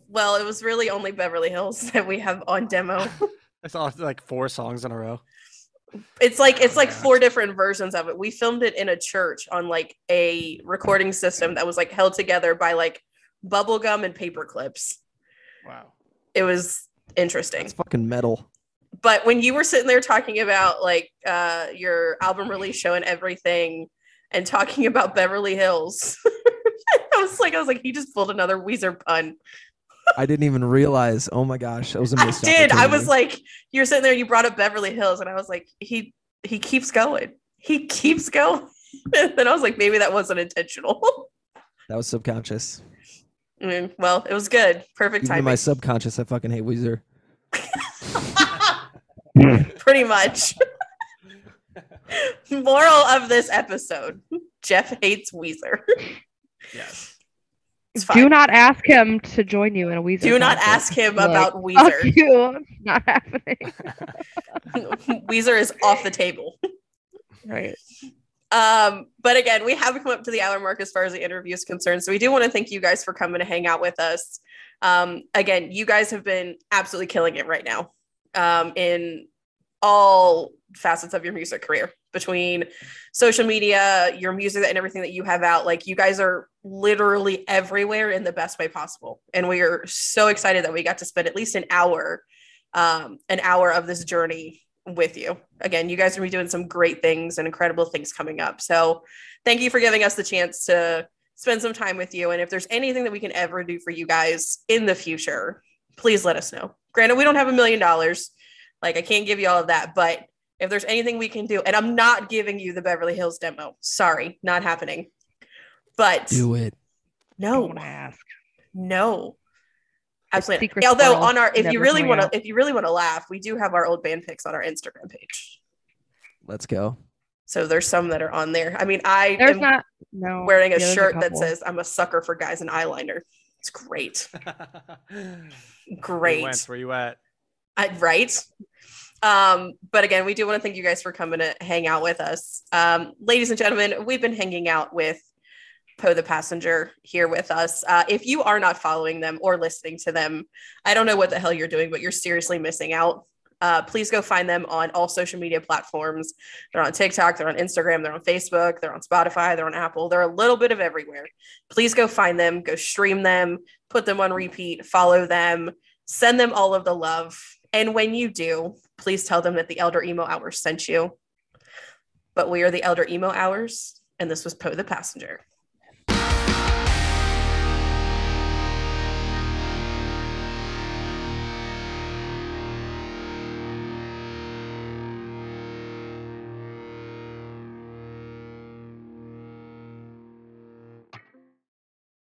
Well, it was really only Beverly Hills that we have on demo. i saw like four songs in a row It's like it's like four different versions of it. We filmed it in a church on like a recording system that was like held together by like bubble gum and paper clips. wow It was interesting. it's fucking metal But when you were sitting there talking about like uh your album release show and everything and talking about Beverly Hills, I was like I was like he just pulled another Weezer pun. i didn't even realize oh my gosh that was a I missed did. I was opportunity. like, you were sitting there, you brought up Beverly Hills, and I was like, he he keeps going. He keeps going. and then I was like, maybe that wasn't intentional. that was subconscious I mean, well, it was good. Perfect Even in my timing. subconscious, I fucking hate Weezer. Pretty much. Moral of this episode. Jeff hates Weezer. yes It's fine. Do not ask him to join you in a Weezer. Do not concert. ask him Like, about Fuck Weezer. you. It's not happening. Weezer is off the table. Right. Um, but again, we have come up to the hour mark as far as the interview is concerned. So we do want to thank you guys for coming to hang out with us. Um, again, you guys have been absolutely killing it right now um, in all facets of your music career between social media, your music, and everything that you have out. Like you guys are literally everywhere in the best way possible, and we are so excited that we got to spend at least an hour, um, an hour of this journey with you. Again, you guys are gonna be doing some great things and incredible things coming up. So, thank you for giving us the chance to spend some time with you. And if there's anything that we can ever do for you guys in the future, please let us know. Granted, we don't have a million dollars. Like, I can't give you all of that, but if there's anything we can do, and I'm not giving you the Beverly Hills demo, sorry, not happening. But Do it. no, Don't ask. no, absolutely. secrets Although are on our, if you never really coming want to, out. if you really want to laugh, we do have our old band pics on our Instagram page. Let's go. So there's some that are on there. I mean, I There's am not no wearing a yeah, there's shirt that couple. says "I'm a sucker for guys and eyeliner." It's great, Hey, great. Wentz, where you at? I, Uh, right? Um, but again, we do want to thank you guys for coming to hang out with us. Um, ladies and gentlemen, we've been hanging out with Poe the Passenger here with us. Uh, if you are not following them or listening to them, I don't know what the hell you're doing, but you're seriously missing out. Uh, please go find them on all social media platforms. They're on TikTok, they're on Instagram, they're on Facebook, they're on Spotify, they're on Apple, they're a little bit of everywhere. Please go find them, go stream them, put them on repeat, follow them, send them all of the love. And when you do, please tell them that the Elder Emo Hours sent you. But we are the Elder Emo Hours, and this was Poe the Passenger.